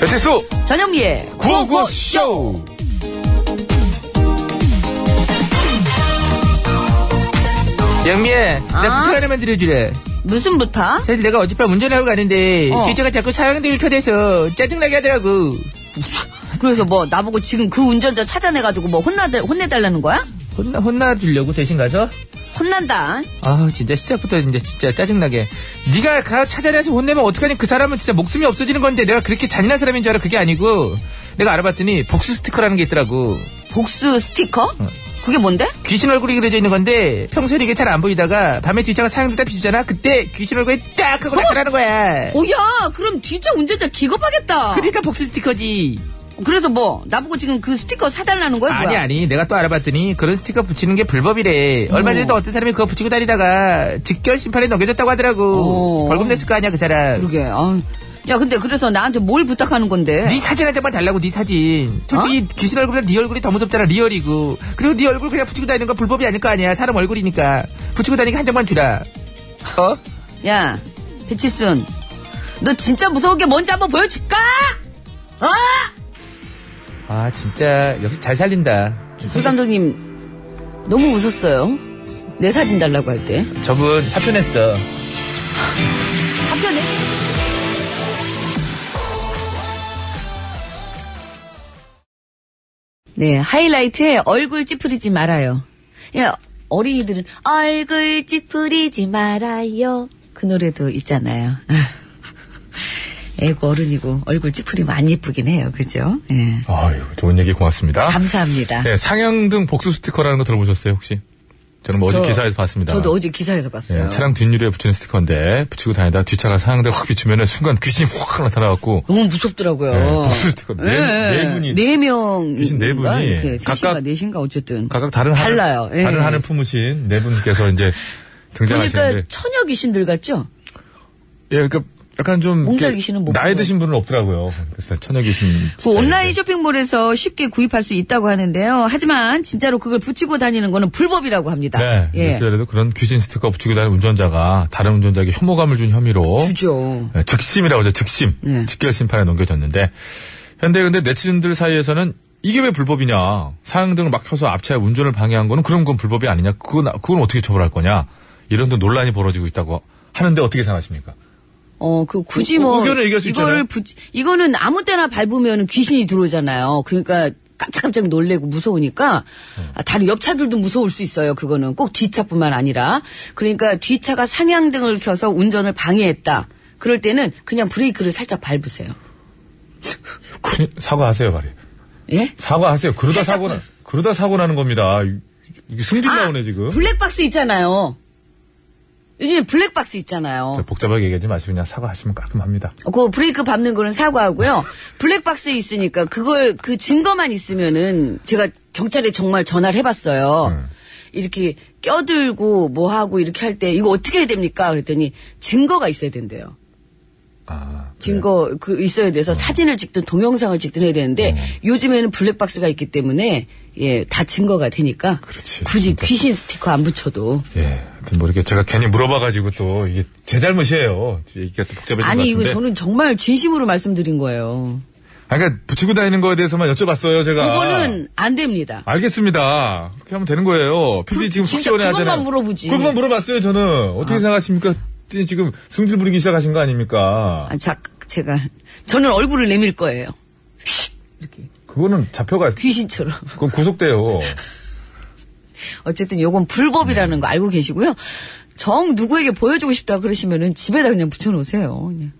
배치수 전영미의 구호구쇼 영미야 아? 나 부탁 하나만 들어주래 무슨 부타? 사실 내가 어젯밤 운전하고 가는데 어. 제자가 자꾸 사양등을 켜대서 짜증나게 하더라고 그래서 뭐 나보고 지금 그 운전자 찾아내가지고 뭐 혼나 혼내달라는 거야? 혼나 혼나 주려고 대신 가서 혼난다. 아 진짜 시작부터 이제 진짜 짜증나게 네가 가 찾아내서 혼내면 어떡하니 그 사람은 진짜 목숨이 없어지는 건데 내가 그렇게 잔인한 사람인 줄 알아 그게 아니고 내가 알아봤더니 복수 스티커라는 게 있더라고 복수 스티커? 그게 뭔데? 귀신 얼굴이 그려져 있는 건데 평소에는 이게 잘 안 보이다가 밤에 뒤차가 사양등 딱 비추잖아 그때 귀신 얼굴이 딱 어? 하고 나타나는 거야 오야 그럼 뒤차 운전자 기겁하겠다. 그러니까 복수 스티커지 그래서 뭐 나보고 지금 그 스티커 사달라는 거야? 아니 뭐야? 아니 내가 또 알아봤더니 그런 스티커 붙이는 게 불법이래 얼마 전에도 어떤 사람이 그거 붙이고 다니다가 직결 심판에 넘겨졌다고 하더라고 어. 벌금 냈을 거 아니야 그 사람 그러게. 아유. 야 근데 그래서 나한테 뭘 부탁하는 건데? 네 사진 한 장만 달라고 네 사진 어? 솔직히 귀신 얼굴보다 네 얼굴이 더 무섭잖아 리얼이고 그리고 네 얼굴 그냥 붙이고 다니는 건 불법이 아닐 거 아니야 사람 얼굴이니까 붙이고 다니게 한 장만 주라 어? 야 배치순, 너 진짜 무서운 게 뭔지 한번 보여줄까? 어? 아 진짜 역시 잘 살린다 술그 감독님 너무 웃었어요. 내 사진 달라고 할 때. 저분 사표 냈어 한편 내. 네, 하이라이트에 얼굴 찌푸리지 말아요. 야, 어린이들은 얼굴 찌푸리지 말아요. 그 노래도 있잖아요. 애고 어른이고 얼굴 찌푸리면 안 예쁘긴 해요. 그죠? 예. 아유, 좋은 얘기 고맙습니다. 감사합니다. 네, 상향등 복수 스티커라는 거 들어보셨어요, 혹시? 저는 뭐 어제 저- 기사에서 봤습니다. 저도 어제 기사에서 예, 봤어요. 차량 뒷유리에 붙이는 스티커인데 붙이고 다니다 뒷차가 상향등 확 비추면 순간 귀신이 확 나타나갖고 너무 무섭더라고요. 예, 복수 스티커 네- 네 분이- 네 명. 귀신 네 분이 각각- 각각 네신가 어쨌든. 각각 다른 달라요. 하늘, 예. 다른 하늘 품으신 네 분께서 이제 그러니까 등장하시는데 처녀 귀신들 같죠? 예, 그러니까 약간 좀 몽달 이렇게 귀신은 못 나이 보고. 드신 분은 없더라고요. 그러니까 천여 귀신. 그 네. 온라인 쇼핑몰에서 쉽게 구입할 수 있다고 하는데요. 하지만 진짜로 그걸 붙이고 다니는 거는 불법이라고 합니다. 네, 예. 뉴스에도 그런 귀신 스티커 붙이고 다니는 운전자가 다른 운전자에게 혐오감을 준 혐의로 주죠. 예, 즉심이라고 하죠. 즉심. 네. 직결 심판에 넘겨졌는데 현대 근데 네티즌들 사이에서는 이게 왜 불법이냐? 사양등을 막 켜서 앞차에 운전을 방해한 거는 그런 건 불법이 아니냐? 그건 그건 어떻게 처벌할 거냐? 이런 또 논란이 벌어지고 있다고 하는데 어떻게 생각하십니까? 어, 그 굳이 의- 뭐 의견을 얘기할 수 이거를 있잖아요. 붙- 이거는 아무 때나 밟으면 귀신이 들어오잖아요. 그러니까 깜짝깜짝 놀래고 무서우니까 음. 아, 다른 옆차들도 무서울 수 있어요. 그거는 꼭 뒷차뿐만 아니라 그러니까 뒷차가 상향등을 켜서 운전을 방해했다. 그럴 때는 그냥 브레이크를 살짝 밟으세요. 그- 사과하세요, 말이. 예? 사과하세요. 그러다 살짝 사고 나, 그- 그러다 사고 나는 겁니다. 이게 승질 아, 나오네 지금. 블랙박스 있잖아요. 요즘에 블랙박스 있잖아요. 자, 복잡하게 얘기하지 마시고 그냥 사과하시면 깔끔합니다. 그 브레이크 밟는 거는 사과하고요. 블랙박스에 있으니까 그걸 그 증거만 있으면은 제가 경찰에 정말 전화를 해봤어요. 음. 이렇게 껴들고 뭐 하고 이렇게 할 때 이거 어떻게 해야 됩니까? 그랬더니 증거가 있어야 된대요. 아, 증거 그 있어야 음. 돼서 사진을 찍든 동영상을 찍든 해야 되는데 요즘에는 블랙박스가 있기 때문에 예 다 증거가 되니까 그렇지, 굳이 귀신 스티커 안 붙여도 예. 하여튼 뭐 이렇게 제가 괜히 물어봐가지고 또 이게 제 잘못이에요. 얘기가 또 복잡해진 아니 것 이거 같은데. 저는 정말 진심으로 말씀드린 거예요. 아, 그러니까 붙이고 다니는 거에 대해서만 여쭤봤어요, 제가. 그거는 안 됩니다. 알겠습니다. 그렇게 하면 되는 거예요. PD 지금 진짜 숙시원에 그것만 하잖아요. 물어보지. 아. 그것만 물어봤어요, 저는. 어떻게 생각하십니까? PD 지금 승질 부리기 시작하신 거 아닙니까? 아, 자, 제가 저는 얼굴을 내밀 거예요. 그거는 잡혀가 귀신처럼. 그건 구속돼요. 어쨌든 요건 불법이라는 거 알고 계시고요. 정 누구에게 보여주고 싶다 그러시면은 집에다 그냥 붙여놓으세요. 예. 그냥.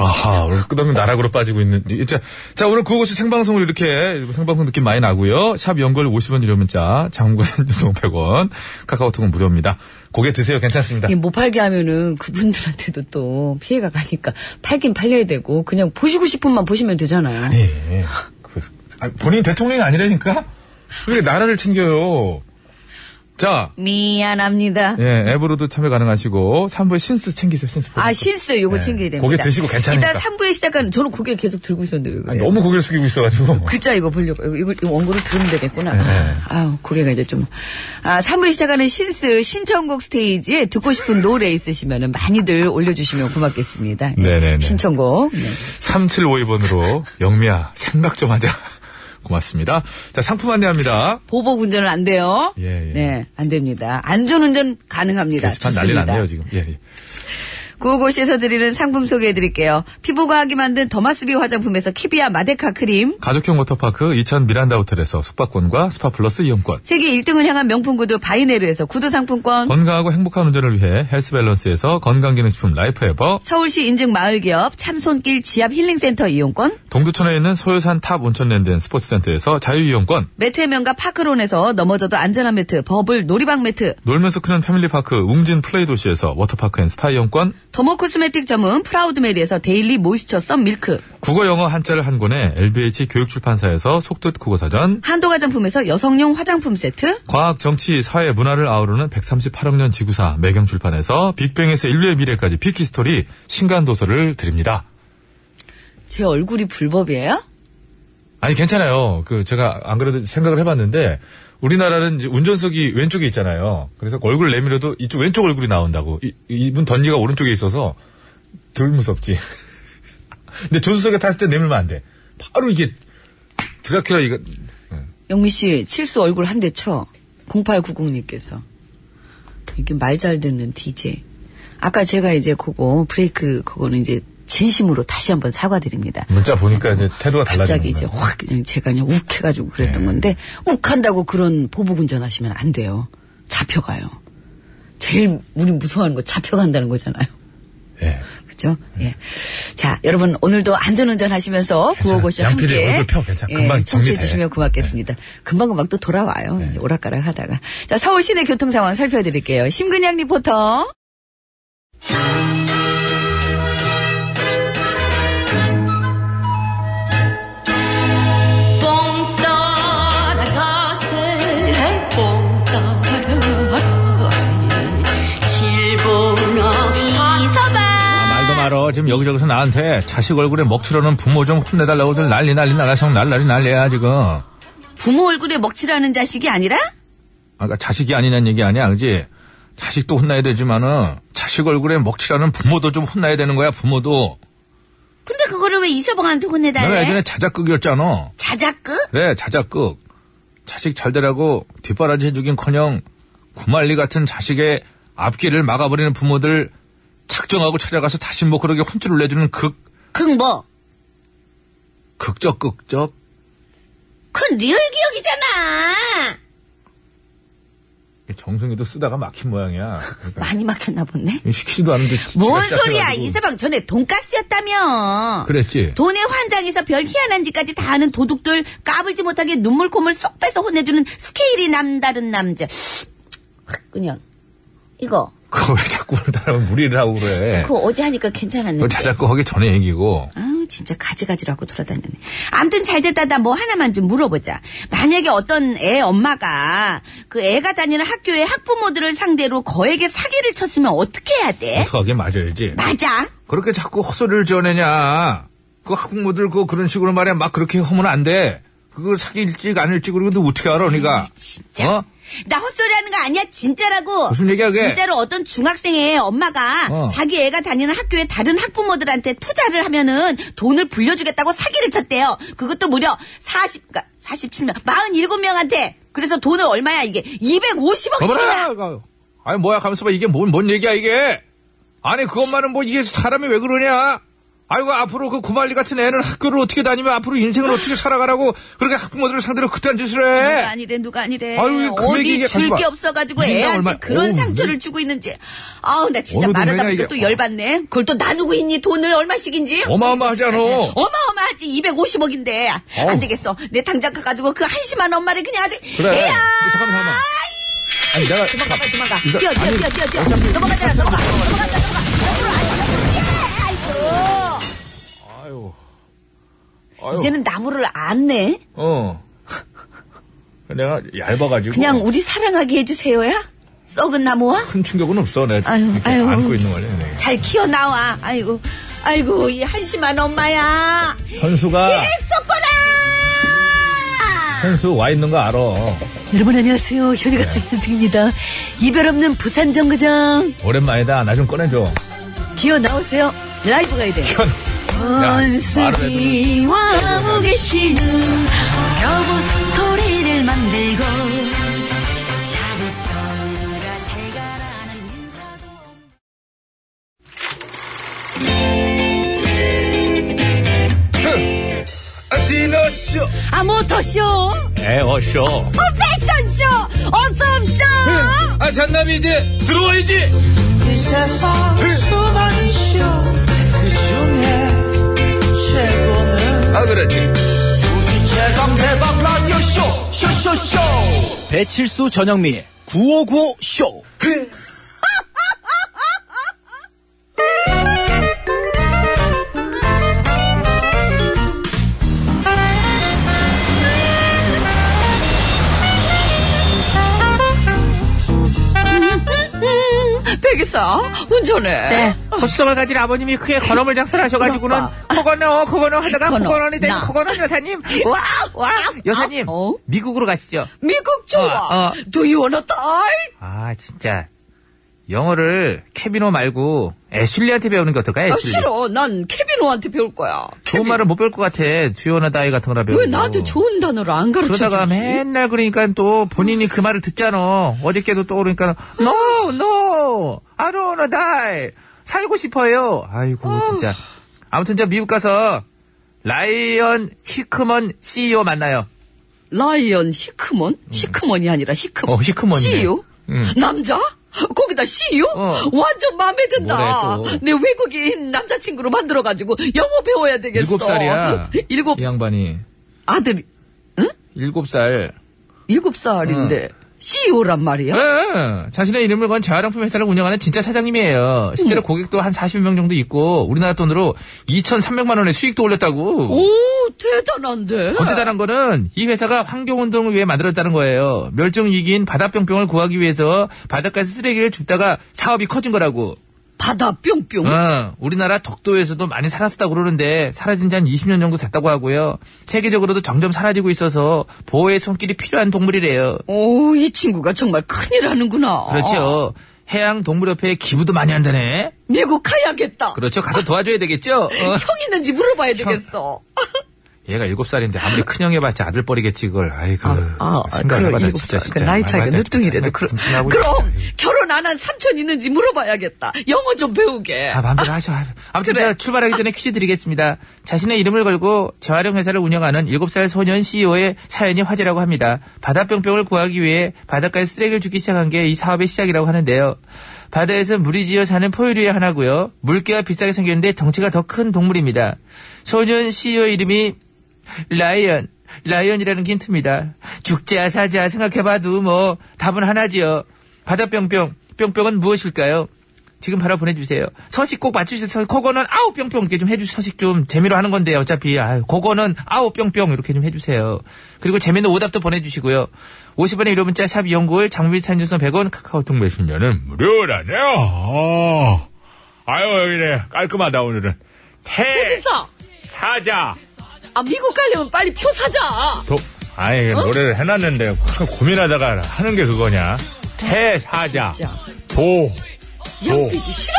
아하, 오늘 끝없는 나락으로 빠지고 있는. 이- 자, 자 오늘 그곳이 생방송으로 이렇게 생방송 느낌 많이 나고요. 샵 연결 50원 유료 문자, 장문과 산유송 100원, 카카오톡은 무료입니다. 고개 드세요, 괜찮습니다. 이게 못 팔게 하면은 그분들한테도 또 피해가 가니까 팔긴 팔려야 되고 그냥 보시고 싶은만 보시면 되잖아요. 예. 그, 아, 본인 대통령이 아니라니까? 그렇게 나라를 챙겨요. 자, 미안합니다. 예, 앱으로도 참여 가능하시고, 3부에 신스 챙기세요, 신스. 아 실수 요거 예. 챙겨야 됩니다. 고개 드시고 괜찮으니까. 일단 3부에 시작한 저는 고개를 계속 들고 있었는데 왜 아니, 그래요? 너무 고개를 숙이고 있어가지고. 글자 이거 보려고 이거, 이거- 이거 원고를 들으면 되겠구나. 네. 아유 고개가 이제 좀. 아 3부 시작하는 신스 신청곡 스테이지에 듣고 싶은 노래 있으시면은 많이들 올려주시면 고맙겠습니다. 예. 네네네. 신청곡. 네. 3752번으로, 영미야, 생각 좀 하자. 고맙습니다. 자, 상품 안내합니다. 보복 운전은 안 돼요. 예, 예. 네, 안 됩니다. 안전 운전 가능합니다. 게시판 난리 좋습니다. 났네요, 지금. 예, 예. 그곳에서 드리는 상품 소개해드릴게요. 피부과학이 만든 더마스비 화장품에서 키비아 마데카 크림. 가족형 워터파크 이천 미란다 호텔에서 숙박권과 스파플러스 이용권. 세계 1등을 향한 명품 구두 바이네르에서 구두 상품권. 건강하고 행복한 운전을 위해 헬스밸런스에서 건강기능식품 라이프에버, 서울시 인증 마을기업 참손길 지압 힐링센터 이용권. 동두천에 있는 소요산 탑 온천랜드 앤 스포츠센터에서 자유이용권, 매트의 명가 파크론에서 넘어져도 안전한 매트, 버블 놀이방 매트. 놀면서 크는 패밀리파크 웅진 플레이 도시에서 워터파크 앤 스파 이용권, 더모 코스메틱 점은 프라우드메리에서 데일리 모이스처 썸 밀크. 국어 영어 한자를 한 권에 LBH 교육출판사에서 속뜻 국어사전, 한도가 점품에서 여성용 화장품 세트. 과학, 정치, 사회, 문화를 아우르는 138억 년 지구사 매경출판에서 빅뱅에서 인류의 미래까지 피키스토리 신간도서를 드립니다. 제 얼굴이 불법이에요? 아니 괜찮아요. 그 제가 안 그래도 생각을 해봤는데 우리나라는 이제 운전석이 왼쪽에 있잖아요. 그래서 얼굴 내밀어도 이쪽 왼쪽 얼굴이 나온다고. 이, 이분 던지가 오른쪽에 있어서 덜 무섭지. 근데 조수석에 탔을 때 내밀면 안 돼. 바로 이게 드라큘라 이거 영미 씨, 칠수 얼굴 한 대 쳐. 0890님께서. 이게 말 잘 듣는 DJ. 아까 제가 이제 그거, 브레이크 그거는 이제 진심으로 다시 한번 사과드립니다. 문자 보니까 이제 태도가 달라지는 갑자기 거예요. 네. 이제 확 그냥 제가 그냥 욱해가지고 그랬던 건데 욱한다고 그런 보복 운전하시면 안 돼요. 잡혀가요. 제일 우리 무서워하는 거 잡혀간다는 거잖아요. 예. 그죠? 예. 자, 여러분 오늘도 안전운전 하시면서 괜찮아. 구호고시 양 PD 함께 예, 얼굴 펴. 괜찮아. 금방 청취해 정리돼. 네. 주시면 고맙겠습니다. 금방금방 또 돌아와요. 이제 오락가락 하다가. 자, 서울 시내 교통 상황 살펴드릴게요. 심근양 리포터. 아, 말도 말어. 지금 여기저기서 나한테 자식 얼굴에 먹칠하는 부모 좀 혼내달라고들 난리 난리 난리성 날라리 난리야 지금. 아까 부모 얼굴에 먹칠하는 자식이 아니라 그러니까 자식이 아니란 얘기 아니야, 그지? 자식도 혼나야 되지만은 자식 얼굴에 먹칠하는 부모도 좀 혼나야 되는 거야, 부모도. 근데 그거를 왜 이서방한테 내가 혼내달래? 예전에 자작극이었잖아. 자작극? 그래, 자작극. 자식 잘 되라고 뒷바라지 해주긴커녕 구말리 같은 자식의 앞길을 막아버리는 부모들 작정하고 찾아가서 다시 뭐 그러게 혼쭐을 내주는 극 극 뭐? 극적 극적 그건 리얼 기억이잖아. 정성이도 쓰다가 막힌 모양이야. 그러니까 많이 막혔나 보네. 시키지도 않은데. 지가 뭔 시작해가지고. 소리야 이서방 전에 돈가스였다며 그랬지. 돈의 환장에서 별 희한한 짓까지 다 하는 도둑들 까불지 못하게 눈물 콧물 쏙 빼서 혼내주는 스케일이 남다른 남자 그냥 이거 그거 왜 자꾸 따라면 무리를 하고 그래. 그거 어제 하니까 괜찮았는데 그거 자작거 하기 전에 얘기고. 아우 진짜 가지가지라고 돌아다니네. 암튼 잘 됐다다 뭐 하나만 좀 물어보자. 만약에 어떤 애 엄마가 그 애가 다니는 학교의 학부모들을 상대로 거액의 사기를 쳤으면 어떻게 해야 돼? 어떡하게 맞아야지. 맞아. 그렇게 자꾸 헛소리를 지어내냐. 그 학부모들 그 그런 식으로 말해 막 그렇게 하면 안 돼. 그거 사귈지 아닐지 그리고 너 어떻게 알아, 니가? 진짜. 어? 나 헛소리 하는 거 아니야. 진짜라고. 무슨 얘기야, 그게? 진짜로 어떤 중학생의 엄마가 어. 자기 애가 다니는 학교의 다른 학부모들한테 투자를 하면은 돈을 불려주겠다고 사기를 쳤대요. 그것도 무려 40, 그러니까 47명, 47명한테. 그래서 돈을 얼마야, 이게? 250억씩이나. 거봐라! 아니, 뭐야, 가면서 봐. 이게 뭔, 뭔 얘기야, 이게? 아니, 그 엄마는 뭐, 이게 사람이 왜 그러냐? 아이고 앞으로 그 고말리 같은 애는 학교를 어떻게 다니면 앞으로 인생을 어떻게 살아가라고 그렇게 학부모들을 상대로 그딴 짓을 누가 해. 아니래 누가 아니래 네. 아유, 이 금액이 이게 어디 줄 가지마. 게 없어가지고 인당 애한테 얼마- 그런 어우, 상처를 이게- 주고 있는지 아우 나 진짜 어느 말하다 동네냐, 보니까 이게. 또 열받네 그걸 또 나누고 있니 돈을 얼마씩인지 어마어마하지 않아? 어마어마하지 250억인데 안 어우. 되겠어 내 당장 가가지고 그 한심한 엄마를 그냥 아주 그래. 애야 잠깐만 잠깐만. 아니 내가 도망가 빨리 도망가 이거- 뛰어 뛰어 아니, 뛰어 뛰어 뛰어 넘어가잖아 넘어가 넘어간다 넘어가 옆으로 아이고 아유. 아이고 아유. 이제는 나무를 안네 어. 내가 얇아가지고 그냥 우리 사랑하게 해주세요야 썩은 나무와 큰 충격은 없어. 내가 아유, 이렇게 아유. 안고 있는 거네. 내가. 잘 키워 나와. 아이고, 아이고 이 한심한 엄마야. 아. 현수가 예! 썩거라. 현수 와 있는 거 알아. 여러분 안녕하세요. 네. 현이가 승현입니다. 이별 없는 부산 정거장 오랜만이다. 나 좀 꺼내줘. 기어 나오세요. 라이브가 이래. 아, 말을 네. 원숭이와 무게신은 겨우 스토리를 만들고 자기소가 잘 가라는 인사도 디너쇼. 아 모터쇼 에어쇼. 어, 패션쇼 어썸쇼 아 잔남이 이제 들어와야지. 이 세상 수많은 쇼그 중에 최고는 아 그렇지. 우주 최강 대박 라디오 쇼 쇼쇼쇼 배칠수 전영미 9595 쇼. 네. 음, 백이사 운전해. 네. 고수성을 가진 아버님이 크게 건어물 장사를 하셔가지고는 그러니까. 코건어 코건어 하다가 코건어, 코건어니 된 나. 코건어 여사님 와와 여사님 어? 미국으로 가시죠 미국 좋아. 어, 어. Do you wanna die? 아 진짜 영어를 케비노 말고 애슐리한테 배우는 게 어떨까 아, 애슐리 싫어. 난 케비노한테 배울 거야. 좋은 케빈. 말을 못 배울 것 같아 주요나 다이 같은 거나 배우고 왜 나한테 좋은 단어를 안 가르쳐 주지? 그러다가 맨날 그러니까 또 본인이 그 말을 듣잖아 어저께도 또 그러니까 no no I don't wanna die 살고 싶어요 아이고 진짜 아무튼 저 미국 가서 라이언 히크먼 CEO 만나요 라이언 히크먼? 히크먼이 아니라 히크먼. 음. 어, 히크먼이네. CEO? 음. 남자? 거기다 CEO? 어. 완전 마음에 든다. 뭐래, 또. 내 외국인 남자친구로 만들어가지고 영어 배워야 되겠어. 일곱 살이야 일곱 이 양반이 아들 일곱 살 일곱 살인데 어. CEO란 말이야? 예, 자신의 이름을 건 재활용품 회사를 운영하는 진짜 사장님이에요. 음. 실제로 고객도 한 40명 정도 있고 우리나라 돈으로 2,300만 원의 수익도 올렸다고. 오 대단한데. 더 대단한 거는 이 회사가 환경운동을 위해 만들었다는 거예요. 멸종위기인 바다뿅뿅을 구하기 위해서 바닷가에서 쓰레기를 줍다가 사업이 커진 거라고. 바다 뿅뿅. 어, 우리나라 덕도에서도 많이 살았다고 그러는데 사라진 지 한 20년 정도 됐다고 하고요. 세계적으로도 점점 사라지고 있어서 보호의 손길이 필요한 동물이래요. 오, 이 친구가 정말 큰일 하는구나. 어. 그렇죠. 해양동물협회에 기부도 많이 한다네. 미국 가야겠다. 그렇죠. 가서 도와줘야 되겠죠? 어. 형 있는지 물어봐야 되겠어. 얘가 일곱 살인데 아무리 큰형 해봤자 아들 버리겠지, 이걸. 아이고. 아, 네. 생각해봐. 그럼 나 일곱 진짜, 살. 진짜. 그 나이 차이가 말만 늦둥이라도 듣고 그럼 분신하고 그럼 있다. 결혼 안 한 삼촌 있는지 물어봐야겠다. 영어 좀 배우게. 아, 마음대로 하셔. 아무튼 제가 출발하기 전에 퀴즈 드리겠습니다. 자신의 이름을 걸고 재활용 회사를 운영하는 7살 소년 CEO의 사연이 화제라고 합니다. 바다뿅뿅을 구하기 위해 바닷가에 쓰레기를 줍기 시작한 게 이 사업의 시작이라고 하는데요. 바다에서 무리 지어 사는 포유류의 하나고요. 물개와 비슷하게 생겼는데 덩치가 더 큰 동물입니다. 소년 CEO의 이름이 라이언. 라이언이라는 게 힌트입니다. 죽자 사자 생각해봐도 뭐 답은 하나지요. 바다뿅뿅. 뿅뿅은 무엇일까요? 지금 바로 보내주세요. 서식 꼭 맞추셔서 그거는 아우 뿅뿅 이렇게 좀 해주 서식 좀 재미로 하는 건데 어차피 아 그거는 아우 뿅뿅 이렇게 좀 해주세요. 그리고 재밌는 오답도 보내주시고요. 50원의 1호 문자 샵 연구일 장미산 유선 100원 카카오톡 메신저는 음, 무료라네요. 어. 아유 여기네 깔끔하다 오늘은. 네. 태 그래서 사자. 아 미국 가려면 빨리 표 사자. 도, 아니 어? 노래를 해놨는데 그렇게 고민하다가 하는 게 그거냐? 태 사자. 진짜. 보. 보. 양비기 싫어.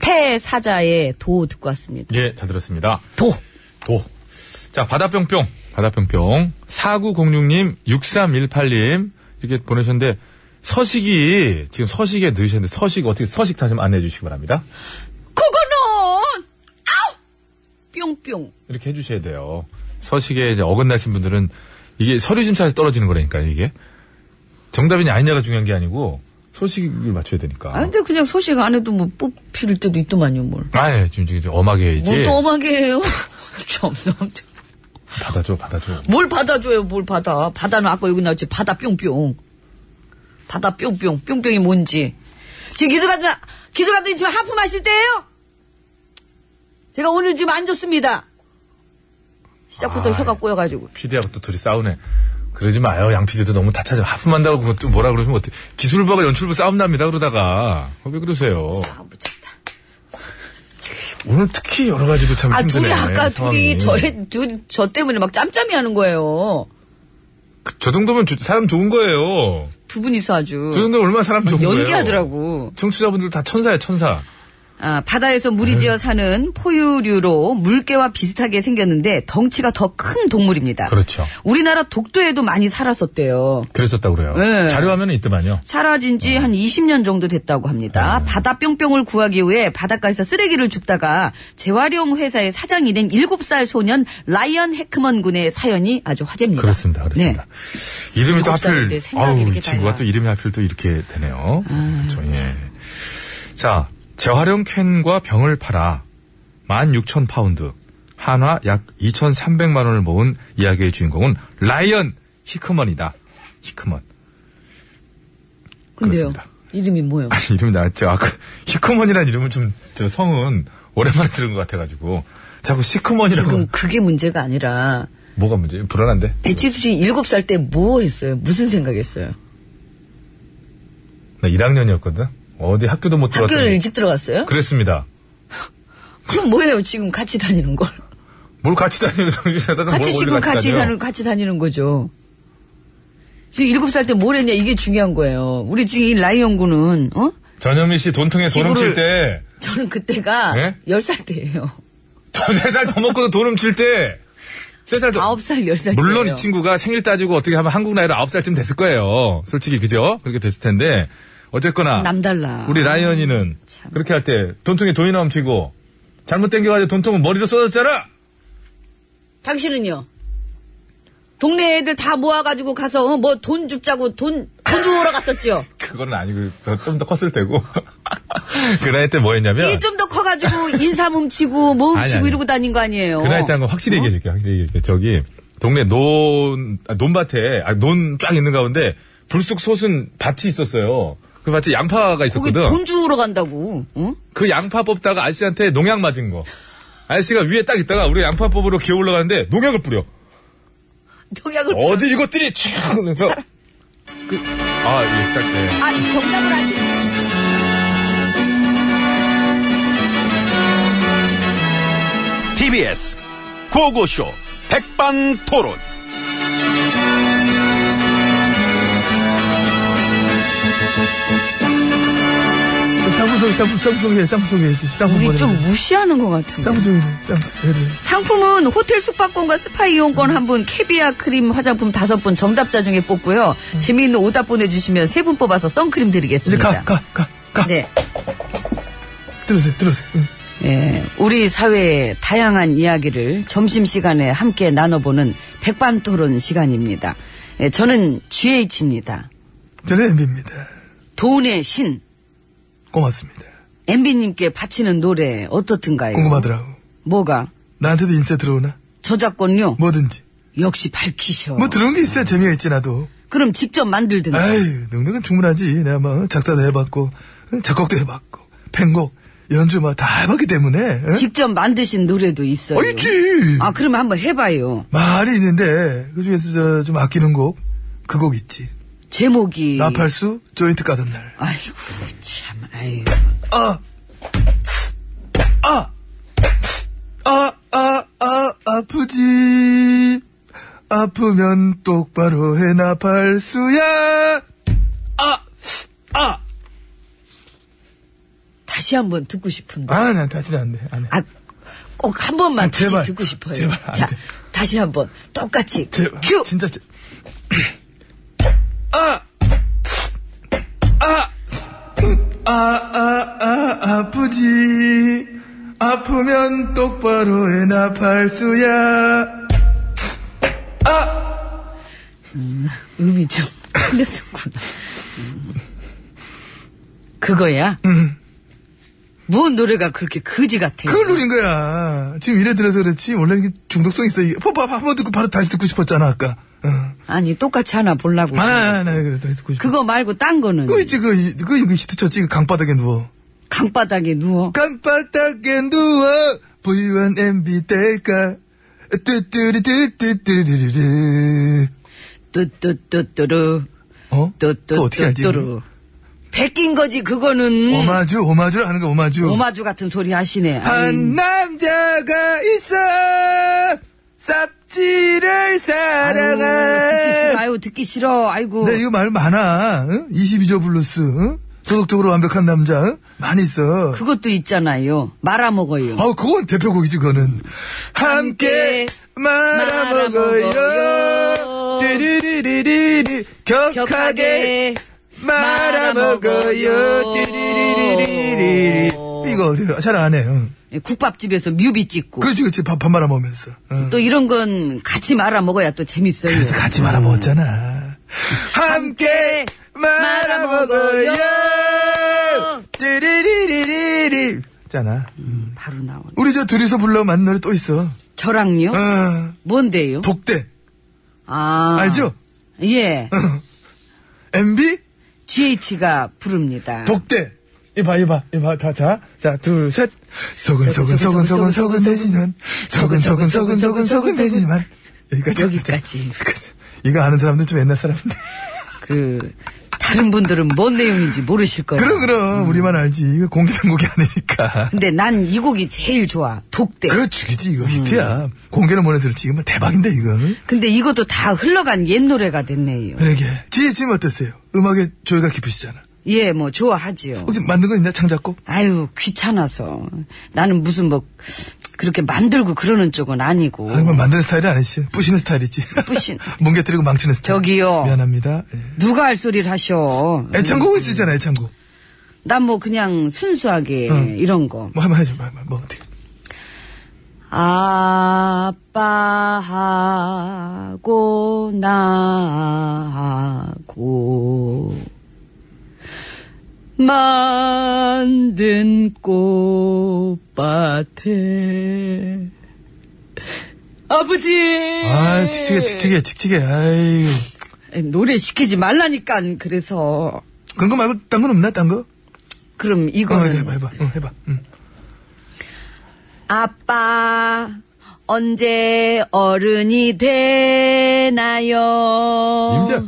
태 사자의 도 듣고 왔습니다. 예, 잘 들었습니다. 도. 도. 자, 바다뿅뿅. 바다평평 4906님 6318님 이렇게 보내셨는데 서식이 지금 서식에 넣으셨는데 서식 어떻게 서식 다시 한번 안내해 주시기 바랍니다. 그거는 아우 뿅뿅 이렇게 해주셔야 돼요. 서식에 이제 어긋나신 분들은 이게 서류 심사에서 떨어지는 거라니까 이게 정답이냐 아니냐가 중요한 게 아니고 서식을 맞춰야 되니까. 아 근데 그냥 소식 안 해도 뭐 뽑힐 때도 있더만요 뭘 아예 지금 이제 엄하게 해야지. 뭘 또 엄하게 해요 점점 받아줘 받아줘. 뭘 받아줘요 뭘 받아 받아는 아까 여기 나왔지 받아 뿅뿅 받아 뿅뿅 뿅뿅이 뭔지 지금 기술관님 기술관님 지금 하품하실 때예요 제가 오늘 지금 안 좋습니다 아, 시작부터 혀가 꼬여가지고 피디하고 또 둘이 싸우네. 그러지 마요. 양 피디도 너무 다타져. 하품한다고 그거 또 뭐라 그러시면 어떡해. 기술부하고 연출부 싸움 납니다. 그러다가. 어, 왜 그러세요? 아, 미쳤다. 오늘 특히 여러 가지로 참 아 힘드네. 둘이 아까 둘이 예, 상황이. 저의 둘이 저 때문에 막 짬짬이 하는 거예요 그, 저 정도면 주- 사람 좋은 거예요. 두 분이서 아주 저 정도면 얼마나 사람 좋은 거예요. 연기하더라고. 청취자분들 다 천사야 천사. 아, 바다에서 물이 네. 지어 사는 포유류로 물개와 비슷하게 생겼는데 덩치가 더 큰 동물입니다. 그렇죠. 우리나라 독도에도 많이 살았었대요. 그랬었다고 그래요. 네. 자료화면은 있더만요. 네. 사라진 지 한 20년 정도 됐다고 합니다. 바다 뿅뿅을 구하기 위해 바닷가에서 쓰레기를 줍다가 재활용 회사의 사장이 된 7살 소년 라이언 해크먼 군의 사연이 아주 화제입니다. 네. 그렇습니다. 그렇습니다. 이름이 또 일곱 살인데 하필 생각이 아우 이렇게 아, 이 친구가 달라. 또 이름이 하필 또 이렇게 되네요. 그렇죠. 예. 자 재활용 캔과 병을 팔아 16,000 파운드 한화 약 2,300만 원을 모은 이야기의 주인공은 라이언 히크먼이다. 히크먼. 근데요. 그렇습니다. 이름이 뭐예요? 아니 이름이 나왔죠. 아까 그 히크먼이라는 이름은 좀저 성은 오랜만에 들은 것 같아가지고 자꾸 그 시크먼이라고 지금 그게 문제가 아니라 뭐가 문제예요? 불안한데. 배치수 씨 7살 때 뭐 했어요? 무슨 생각했어요? 나 1학년이었거든. 어디 학교도 못 들어왔더니 학교를 일찍 들어갔어요? 그랬습니다. 그럼 뭐예요? 지금 같이 다니는 걸. 뭘 같이 다니는 정신이다. 같이 지금 같이 다니는 같이 다니는 거죠. 지금 일곱 살 때 뭘 했냐 이게 중요한 거예요. 우리 지금 이 라이언 군은 어? 전현미 씨 돈통에 돈 지구를- 훔칠 때, 저는 그때가 네? 열 살 때예요. 저세살더 먹고도 돈 훔칠 때, 세살 더. 아홉 살, 열 살. 물론 때예요. 이 친구가 생일 따지고 어떻게 하면 한국 나이로 아홉 살쯤 됐을 거예요. 솔직히 그죠? 그렇게 됐을 텐데 어쨌거나 남달라. 우리 라이언이는 참. 그렇게 할 때 돈통에 돈이 넘치고 잘못 당겨가지고 돈통은 머리로 쏟았잖아. 당신은요? 동네 애들 다 모아가지고 가서 뭐 돈 줍자고 돈 돈 주우러 갔었죠. 그건 아니고 좀 더 컸을 때고 그 나이 때 뭐했냐면 이게 좀 더 커가지고 인사 뭉치고 뭐 아니, 훔치고 아니. 이러고 다닌 거 아니에요. 그 나이 때 한 거 어? 확실히 얘기해 줄게요. 확실히 얘기해 줄게요. 저기, 동네 논, 아, 논밭에, 아, 논 쫙 있는 가운데, 불쑥 솟은 밭이 있었어요. 그 밭에 양파가 거기 있었거든. 돈 주우러 간다고. 어? 응? 그 양파 뽑다가 아저씨한테 농약 맞은 거. 아저씨가 위에 딱 있다가 우리 양파 뽑으러 기어 올라가는데 농약을 뿌려. 동약을 어디 이것들이 쫙 하면서. 그- 아, 예, 시작, 예. 아, 정답을 아시 TBS 고고쇼 백반토론 쌍풍송이, 쌍풍, 쌍풍송이, 쌍풍송이, 쌍풍 우리 보내. 좀 무시하는 것 같은데. 쌍풍송이, 쌍풍. 예, 네. 상품은 호텔 숙박권과 스파 이용권 한 분, 캐비아 크림 화장품 다섯 분 정답자 중에 뽑고요. 재미있는 오답 보내주시면 세 분 뽑아서 선크림 이제 드리겠습니다. 가, 가, 가, 가. 네. 들으세요, 들으세요. 응. 예, 우리 사회의 다양한 이야기를 점심시간에 함께 나눠보는 백반토론 시간입니다. 예, 저는 GH입니다. 저는 MB입니다. 돈의 신, 고맙습니다. MB님께 바치는 노래 어떻든가요? 궁금하더라고. 뭐가? 나한테도 인사 들어오나? 저작권료? 뭐든지. 역시 밝히셔. 뭐 들어온 음. 게 있어야 재미가 있지, 나도. 그럼 직접 만들든가. 아유, 능력은 충분하지. 내가 막 작사도 해봤고, 작곡도 해봤고, 편곡, 연주 막 다 해봤기 때문에. 응? 직접 만드신 노래도 있어요. 어, 있지. 아, 그러면 한번 해봐요. 말이 있는데, 그 중에서 저, 좀 아끼는 곡, 그 곡 있지. 예. 제목이. 나팔수, 조인트 까던 날. 아이고, 참, 아이고. 아! 아! 아, 아, 아, 아프지. 아프면 똑바로 해, 나팔수야. 아! 아! 다시 한번 듣고 싶은데. 아, 난 다시는 안 돼. 안 해. 아, 꼭 한 번만 아, 다시 제발. 듣고 싶어요. 제발, 아, 네. 안 자, 돼. 다시 한번 똑같이 제- 아, 큐. 진짜 제- 아! 아! 아! 아, 아, 아프지. 아프면 똑바로 해나 팔수야. 음이 좀 틀려졌구나. 음. 그거야? 음. 뭔 노래가 그렇게 거지 같아? 그걸 노린 거야. 지금 이래 들어서 그렇지. 원래 이게 중독성 있어. 이게. 봐, 봐, 한번 듣고 바로 다시 듣고 싶었잖아, 아까. 어. 아니 똑같이 하나 보려고. 아, 나, 나, 나, 그래, 다시 듣고 싶어. 그거 말고 딴 거는 그거 있지, 그거, 이- 그거, 이거 히트 쳤지. 그 강바닥에 누워. 강바닥에 그- 누워. 강바닥에 누워. V1 MB 될까? 뚜뚜리뚜뚜뚜리르르. 뚜뚜뚜뚜루. 어? 그거 어떻게 알지? 뚜뚜뚜뚜루. 베낀 거지 그거는. 오마주, 오마주를 하는 거, 오마주. 오마주 같은 소리 하시네. 한 아니, 남자가 있어. 쌉지를 아유, 듣기 사랑한. 싫어. 아유 듣기 싫어. 아이고. 네, 이거 말 많아. 22조 블루스. 응? 도덕적으로 완벽한 남자. 응? 많이 있어. 그것도 있잖아요. 말아먹어요. 아우, 그건 대표곡이지, 그거는. 함께 함께 말아먹어요. 말아먹어요. 띠리리리리리. 격하게 격하게. 말아먹어요. 말아먹어요. 띠리리리리리. 이거 어려워. 아, 잘안 해. 응. 국밥집에서 뮤비 찍고. 그렇지, 그렇지. 밥, 밥 말아먹으면서. 응. 또 이런 건 같이 말아 먹어야 또 재밌어요. 그래서 같이 말아먹었잖아. 함께 말아먹어요. 띠리리리리리. 있잖아. 바로 나오네. 우리 저 둘이서 불러 만 노래 또 있어. 저랑요? 어, 뭔데요? 독대. 아. 알죠? 어. 예. MB? GH가 부릅니다. 독대. 이봐, 이봐, 이봐. 자, 자. 자, 둘, 셋. 속은, 속은, 속은, 속은, 속은, 내지만. 속은, 속은, 속은, 속은, 속은, 내지만. 여기까지. 여기까지. 이거 아는 사람들 좀 옛날 사람인데. 그, 다른 분들은 뭔 내용인지 모르실 거예요. 그럼, 그럼. 우리만 알지. 이거 공개당국이 아니니까. 근데 난 이 곡이 제일 좋아. 독대. 그거 죽이지 이거 히트야 공개는 못해서 그렇지 이거 뭐 대박인데 이거 근데 이것도 다 흘러간 옛 노래가 됐네요. 그러게 지혜 지금 어땠어요 음악에 조예가 깊으시잖아 예, 뭐, 좋아하지요. 혹시 만든 거 있나 창작곡 아유, 귀찮아서. 나는 무슨 뭐, 그렇게 만들고 그러는 쪽은 아니고. 아, 뭐 만드는 스타일은 아니지 부시는 스타일이지 뿌신. 뭉개뜨리고 망치는 스타일 저기요. 미안합니다 예. 누가 할 소리를 하셔. 애창곡은 쓰잖아 애창곡 난 뭐 그냥 순수하게 응. 이런 거. 뭐 한번 해줘 뭐, 뭐, 뭐 어떻게 아빠하고 나하고 만든 꽃밭에 아버지 아 칙칙해 칙칙해 칙칙해 아이 노래 시키지 말라니까 그래서 그런 거 말고 딴 건 없나 딴거 그럼 어, 이거는 해봐 해봐 응, 해봐 응. 아빠, 언제 어른이 되나요? 임자 어.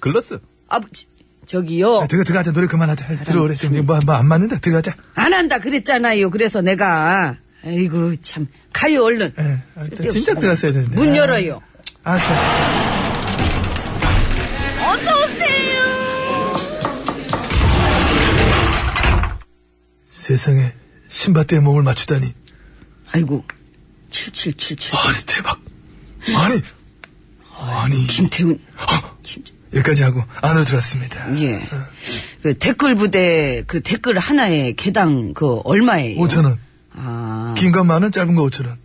글렀어 아버지, 저기요. 아, 들어가 들어가자 노래 그만하자 들어오래 지금 뭐안 맞는다 들어가자 안 한다 그랬잖아요. 그래서 내가. 아이고, 참. 가요, 얼른. 예. 아, 진짜 들어갔어야 되는데 문 아. 열어요. 아, 참. 세상에 신밧대에 몸을 맞추다니 아이고, 7777. 아니 대박 아니 아니 김태훈. 아, 김- 여기까지 하고 안으로 들어왔습니다 예. 그 댓글 부대, 그 댓글 하나에 개당 그 얼마예요? 5천원 아, 긴 건 만원 짧은 거 5천원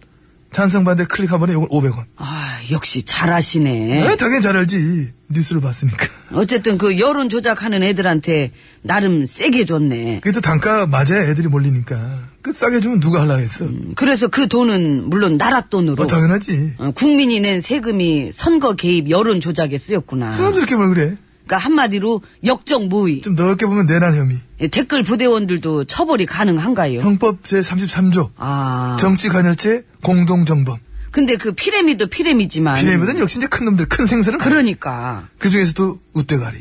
찬성 반대 클릭 한 번에 이건 500원 아, 역시 잘하시네. 아, 당연히 잘 알지 뉴스를 봤으니까 어쨌든 그 여론 조작하는 애들한테 나름 세게 줬네. 그게 또 단가 맞아야 애들이 몰리니까 그 싸게 주면 누가 할라 했어 그래서 그 돈은 물론 나라 돈으로 어, 당연하지 어, 국민이 낸 세금이 선거 개입 여론 조작에 쓰였구나. 사람들 이렇게 말 그래 그러니까 한마디로 역정 무위. 좀 넓게 보면 내란 혐의 예, 댓글 부대원들도 처벌이 가능한가요? 형법 제33조 아. 정치 간여죄 공동정범 근데 그 피레미도 피레미지만 비례미든 역시 이제 큰 놈들 큰 생선은 그러니까 그 중에서도 우대가리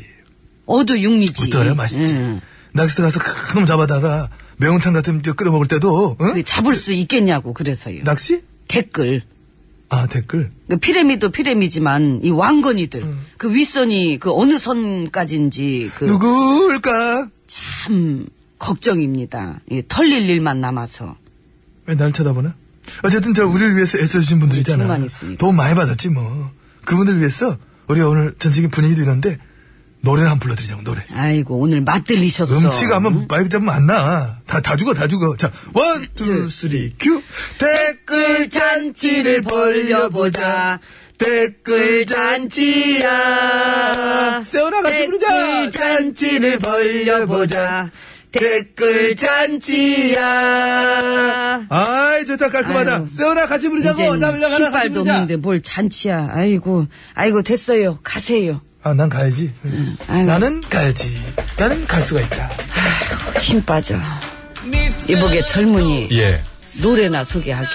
어도 육미지. 우대가리 맛있지 음. 낚시 가서 큰 놈 잡아다가 매운탕 같은 거 끓여 먹을 때도 응? 그 잡을 수 있겠냐고 그래서요. 낚시 댓글. 아 댓글 그 피레미도 피레미지만 이 왕건이들 음. 그 윗선이 그 어느 선까지인지 누굴까 그 참 걱정입니다. 이 털릴 예, 일만 남아서 왜 날 쳐다보나 어쨌든 저 우리를 위해서 애써주신 분들이잖아. 정말 네, 있습니다. 도움 많이 받았지 뭐. 그분들 위해서 우리가 오늘 전체적인 분위기도 이런데 노래를 한 번 불러드리자고 노래. 아이고 오늘 맛들리셨어. 음식 하면 마이크 잡으면 안 나. 다, 다 죽어, 다 죽어. 자, 네, 원, 투, 쓰리, 큐. 댓글 잔치를 벌려보자. 댓글 잔치야. 세훈아 같이 부르자. 댓글 잔치를 벌려보자. 댓글 잔치야. 아이, 좋다, 깔끔하다. 아유. 세훈아 같이 뭐 부르자고. 나 이제는 올라가라. 같이 신발도 부르자. 없는데 뭘 잔치야. 아이고, 아이고 됐어요. 가세요. 아, 난 가야지. 아유. 나는 가야지. 나는 갈 수가 있다. 힘 빠져. 이보게 젊은이 예. 노래나 소개하게.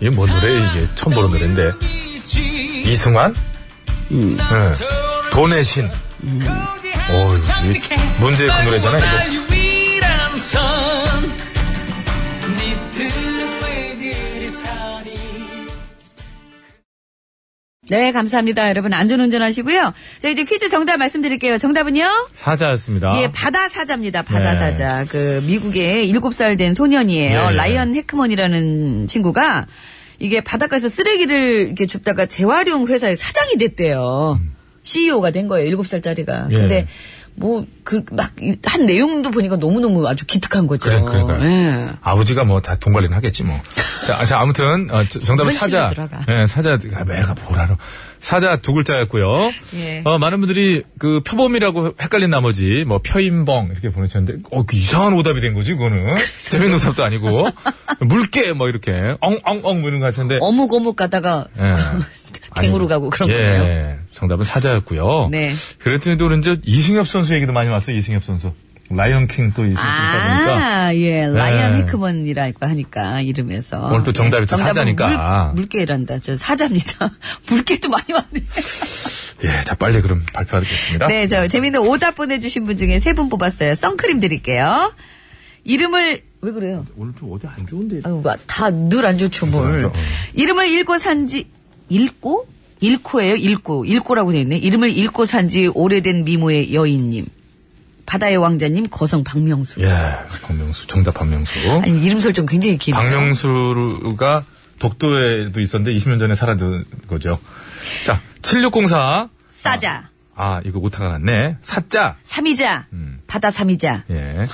이게 뭔 노래? 이게 처음 보는 노래인데. 이승환? 음. 예. 돈의 신. 오, 문제 그 노래잖아, 이거. 네, 감사합니다. 여러분, 안전운전 하시고요. 자, 이제 퀴즈 정답 말씀드릴게요. 정답은요? 사자였습니다. 예, 바다사자입니다. 네. 바다사자. 그, 미국의 7살 된 예, 소년이에요. 예. 라이언 해크먼이라는 친구가 이게 바닷가에서 쓰레기를 이렇게 줍다가 재활용 회사의 사장이 됐대요. CEO가 된 거예요. 7살짜리가. 예. 근데 뭐, 그, 막, 이- 한 내용도 보니까 너무너무 아주 기특한 거죠. 그래, 그러니까. 예. 아버지가 뭐 다 돈 관리는 하겠지 뭐. 자, 자, 아무튼 어, 저- 정답은 그건 사자. 실로 들어가. 예, 사자 아, 내가 뭐라로. 사자 두 글자였고요. 예. 어, 많은 분들이 그 표범이라고 헷갈린 나머지 뭐 표인봉 이렇게 보내셨는데 어, 그 이상한 오답이 된 거지 그거는. 재밌는 오답도 아니고 물개 뭐 이렇게 엉엉엉 뭐 이런 거 하셨는데. 어묵어묵 가다가 예. 탱으로 아니, 가고 그런 예, 거예요. 정답은 사자였고요. 네. 그랬더니 또 그런지 이승엽 선수 얘기도 많이 왔어요. 이승엽 선수. 라이언 킹 또 이승엽 선수다 보니까. 아, 예. 라이언 네. 히크먼이라고 하니까, 이름에서. 예, 오늘 또 정답이 또 정답은 사자니까. 물, 개란다저 사자입니다. 물개도 많이 왔네. 예, 자 빨리 그럼 발표하겠습니다. 네, 저 재밌는 오답 보내주신 분 중에 세 분 뽑았어요. 선크림 드릴게요. 이름을, 왜 그래요? 오늘 좀 어디 안 좋은데. 아유, 다 늘 안 좋죠, 뭘. 죄송합니다. 어. 이름을 읽고 산지, 읽고? 읽고예요, 읽고. 읽고라고 돼 있네. 이름을 읽고 산지 오래된 미모의 여인님. 바다의 왕자님, 거성 박명수. 예, 박명수 정답 박명수. 아니, 이름 설정 굉장히 기네요. 박명수가 독도에도 있었는데 20년 전에 사라진 거죠. 자, 7604. 싸자. 아, 이거 오타가 났네. 사자. 삼이자, 음. 바다 삼이자. 예.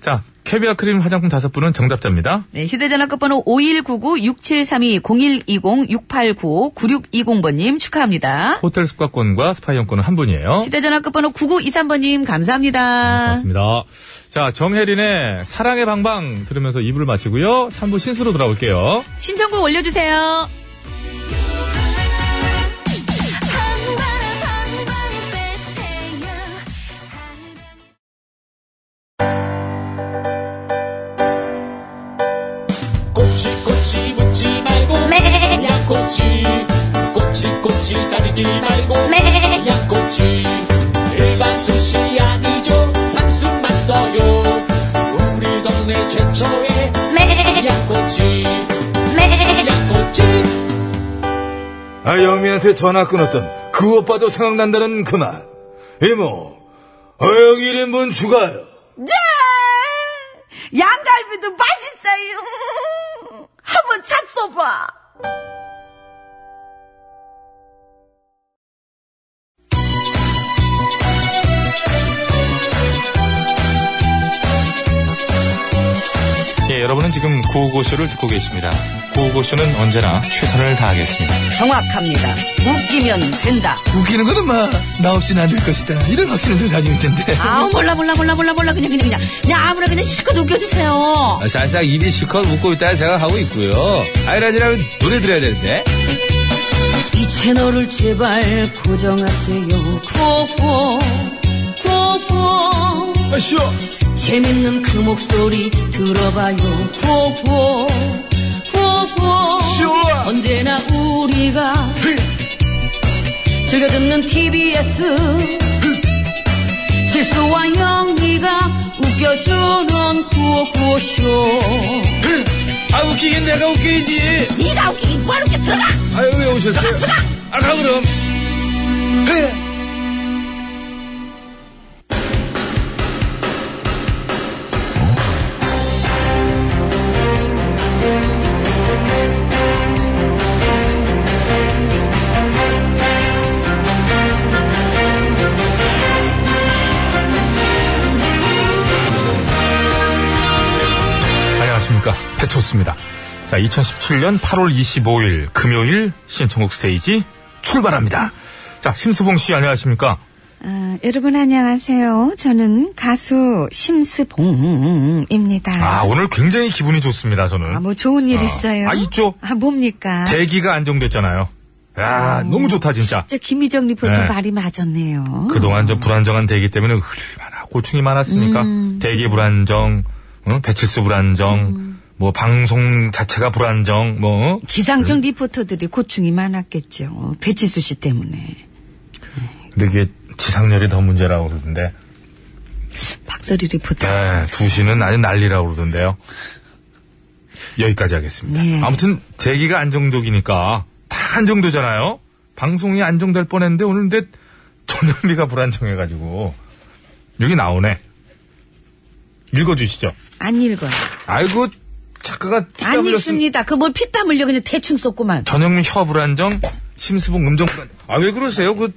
자, 캐비아 크림 화장품 다섯 분은 정답자입니다. 네, 휴대전화 끝번호 5199-6732-010-6895-9620번님 축하합니다. 호텔 숙박권과 스파이용권은 한 분이에요. 휴대전화 끝번호 9923번님 감사합니다. 네, 고맙습니다. 자, 정혜린의 사랑의 방방 들으면서 2부를 마치고요. 3부 신수로 돌아올게요. 신청곡 올려주세요. 꼬치꼬치 묻지 말고 야꼬치 꼬치꼬치 따지지 말고 야꼬치 일반 수시 아니죠 잠수만 써요 우리 동네 최초의 야꼬치 야꼬치 아, 영미한테 전화 끊었던 그 오빠도 생각난다는 그 말. 이모, 어영 1인분 추가요. 네! 양갈비도 맛있어요. 한번 찾숴봐. 예, 여러분은 지금 구호고쇼를 듣고 계십니다. 구호고쇼는 언제나 최선을 다하겠습니다. 정확합니다. 웃기면 된다. 웃기는 거는 마, 나 없이는 안 될 것이다. 이런 확신을 늘 가지고 있던데. 아우 몰라 몰라 몰라 몰라 몰라 그냥 그냥 그냥 그냥 아무나 그냥 실컷 웃겨주세요. 사실상 아, 입이 실컷 웃고 있다는 생각하고 있고요. 아이라지라면 노래 들어야 되는데. 이 채널을 제발 고정하세요. 구호구호, 구호구호. 아, 재밌는 그 목소리 들어봐요. 구호구호, 구호구호. 언제나 우리가 즐겨 듣는 TBS. 실수와 영리가 웃겨주는 구호구호쇼. 아 웃기긴 내가 웃기지. 네가 웃기긴 뭘 웃겨 들어가. 아유, 왜 오셨어요? 아가 그럼. 네, 네, 좋습니다. 자, 2017년 8월 25일 금요일 신청곡 스테이지 출발합니다. 자, 심수봉 씨 안녕하십니까? 아, 여러분 안녕하세요. 저는 가수 심스봉입니다. 아, 오늘 굉장히 기분이 좋습니다, 아, 저는. 뭐 좋은 일 아, 있어요? 아, 있죠. 아, 뭡니까? 대기가 안정됐잖아요. 야, 너무 좋다, 진짜. 진짜 김희정 리포터 네. 말이 맞았네요. 그동안 저 불안정한 대기 때문에 얼마나 고충이 많았습니까? 대기 불안정, 응? 배칠수 불안정, 뭐 방송 자체가 불안정, 뭐 어? 기상청 리포터들이 고충이 많았겠죠. 배치수 씨 때문에. 근데 이게 지상렬이 더 문제라고 그러던데. 박서리 리포터. 네, 2시는 아주 난리라고 그러던데요. 여기까지 하겠습니다. 예. 아무튼 대기가 안정적이니까 다 안정되잖아요. 방송이 안정될 뻔했는데 오늘 근데 전염비가 불안정해가지고 여기 나오네. 읽어주시죠. 안 읽어요. 아이고 작가가 피가 안 흘렸으면- 읽습니다. 그 뭘 피땀 흘려 그냥 대충 썼구만. 전영민 혀 불안정, 심수봉 음정 불안. 아 왜 그러세요? 그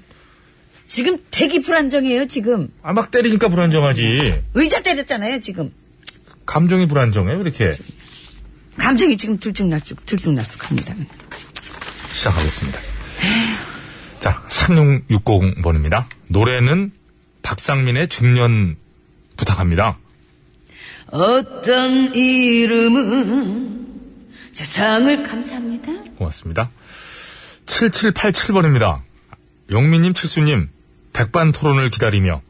지금 되게 불안정해요, 지금. 아, 막 때리니까 불안정하지. 의자 때렸잖아요, 지금. 감정이 불안정해 왜 이렇게 감정이 지금 들쑥날쑥, 들쑥날쑥합니다. 그냥. 시작하겠습니다. 자, 3660번입니다. 노래는 박상민의 중년 부탁합니다. 어떤 이름은 세상을 감사합니다. 고맙습니다. 7787번입니다. 영민님, 칠수님, 백반 토론을 기다리며.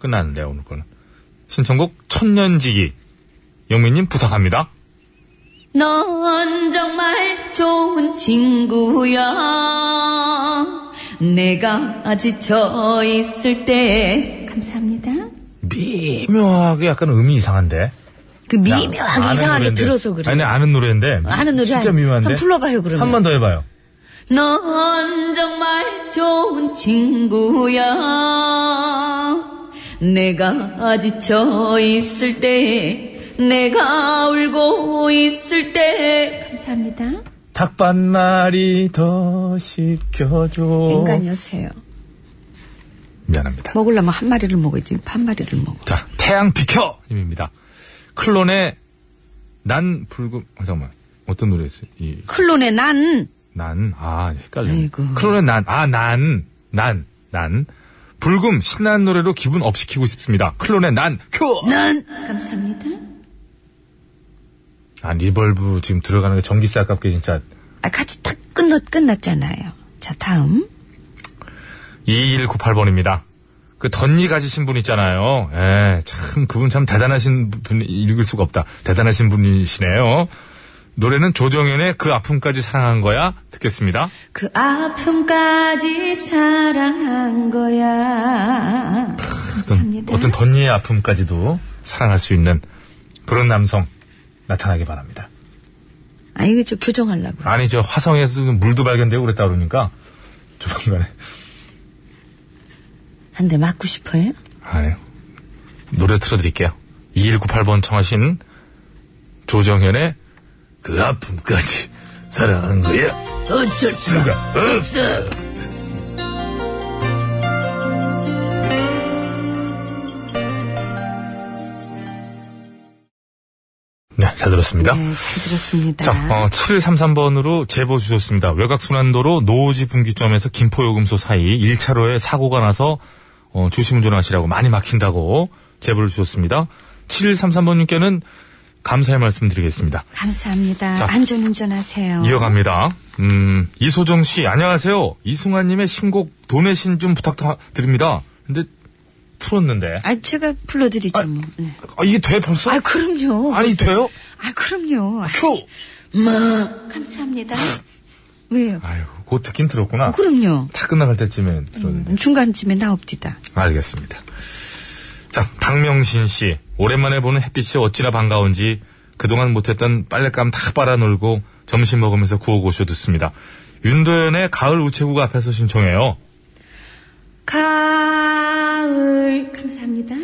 끝났는데, 오늘 거는. 신청곡 천년지기. 영민님, 부탁합니다. 넌 정말 좋은 친구야. 내가 지쳐 있을 때 감사합니다. 미묘하게 약간 음이 이상한데. 그 미묘하게 아는 이상하게 노래인데. 들어서 그래. 아니, 아는 노래인데. 아는 노래 진짜 아니- 미묘한데. 한번 불러봐요, 그러면. 한 번 더 해봐요. 넌 정말 좋은 친구야. 내가 지쳐 있을 때, 내가 울고 있을 때. 감사합니다. 닭반말이 더 시켜줘. 인간이었어요. 뭐- 미안합니다. 먹으려면 한 마리를 먹어야지, 반 마리를 먹어. 자, 태양 비켜! 님입니다. 클론의 난 불금, 아, 잠깐만. 어떤 노래였어요? 이, 클론의 난. 난, 아, 헷갈려. 아이고. 클론의 난, 아, 난, 난, 난. 불금, 신나는 노래로 기분 업시키고 싶습니다. 클론의 난, 큐! 난. 감사합니다. 아, 리벌브 지금 들어가는 게 전기세 아깝게 진짜. 아, 같이 딱 끝났, 끝났잖아요. 자, 다음. 2198번입니다. 그 덧니 가지신 분 있잖아요. 예, 참 그분 참 대단하신 분이 읽을 수가 없다. 대단하신 분이시네요. 노래는 조정현의 그 아픔까지 사랑한 거야 듣겠습니다. 그 아픔까지 사랑한 거야. 어떤, 감사합니다. 어떤 덧니의 아픔까지도 사랑할 수 있는 그런 남성 나타나기 바랍니다. 아, 이거 좀 교정하려고. 아니 저 화성에서 물도 발견되고 그랬다 그러니까 조만간에 한 대 맞고 싶어요? 아니요. 노래 틀어드릴게요. 2198번 청하신 조정현의 그 아픔까지 사랑한 거야. 어쩔 수가 없어. 네, 잘 들었습니다. 네, 잘 들었습니다. 자, 어, 733번으로 제보 주셨습니다. 외곽순환도로 노오지 분기점에서 김포요금소 사이 1차로에 사고가 나서 어, 조심운전하시라고 많이 막힌다고 제보를 주셨습니다. 7133번님께는 감사의 말씀 드리겠습니다. 감사합니다. 자. 안전운전 하세요. 이어갑니다. 음, 이소정 씨, 안녕하세요. 이승환님의 신곡 도내신 좀 부탁드립니다. 근데 틀었는데. 아, 제가 불러드리죠, 뭐. 네. 아, 이게 돼 벌써? 아, 그럼요. 아니, 돼요? 아, 그럼요. 큐! 마. 감사합니다. 왜요? 아유, 곧 듣긴 들었구나. 그럼요. 다 끝나갈 때쯤에 들었는데. 중간쯤에 나옵디다. 알겠습니다. 자, 박명신 씨. 오랜만에 보는 햇빛이 어찌나 반가운지 그동안 못했던 빨랫감 다 빨아놀고 점심 먹으면서 구호고쇼 듣습니다. 윤도현의 가을 우체국 앞에서 신청해요. 가을. 감사합니다.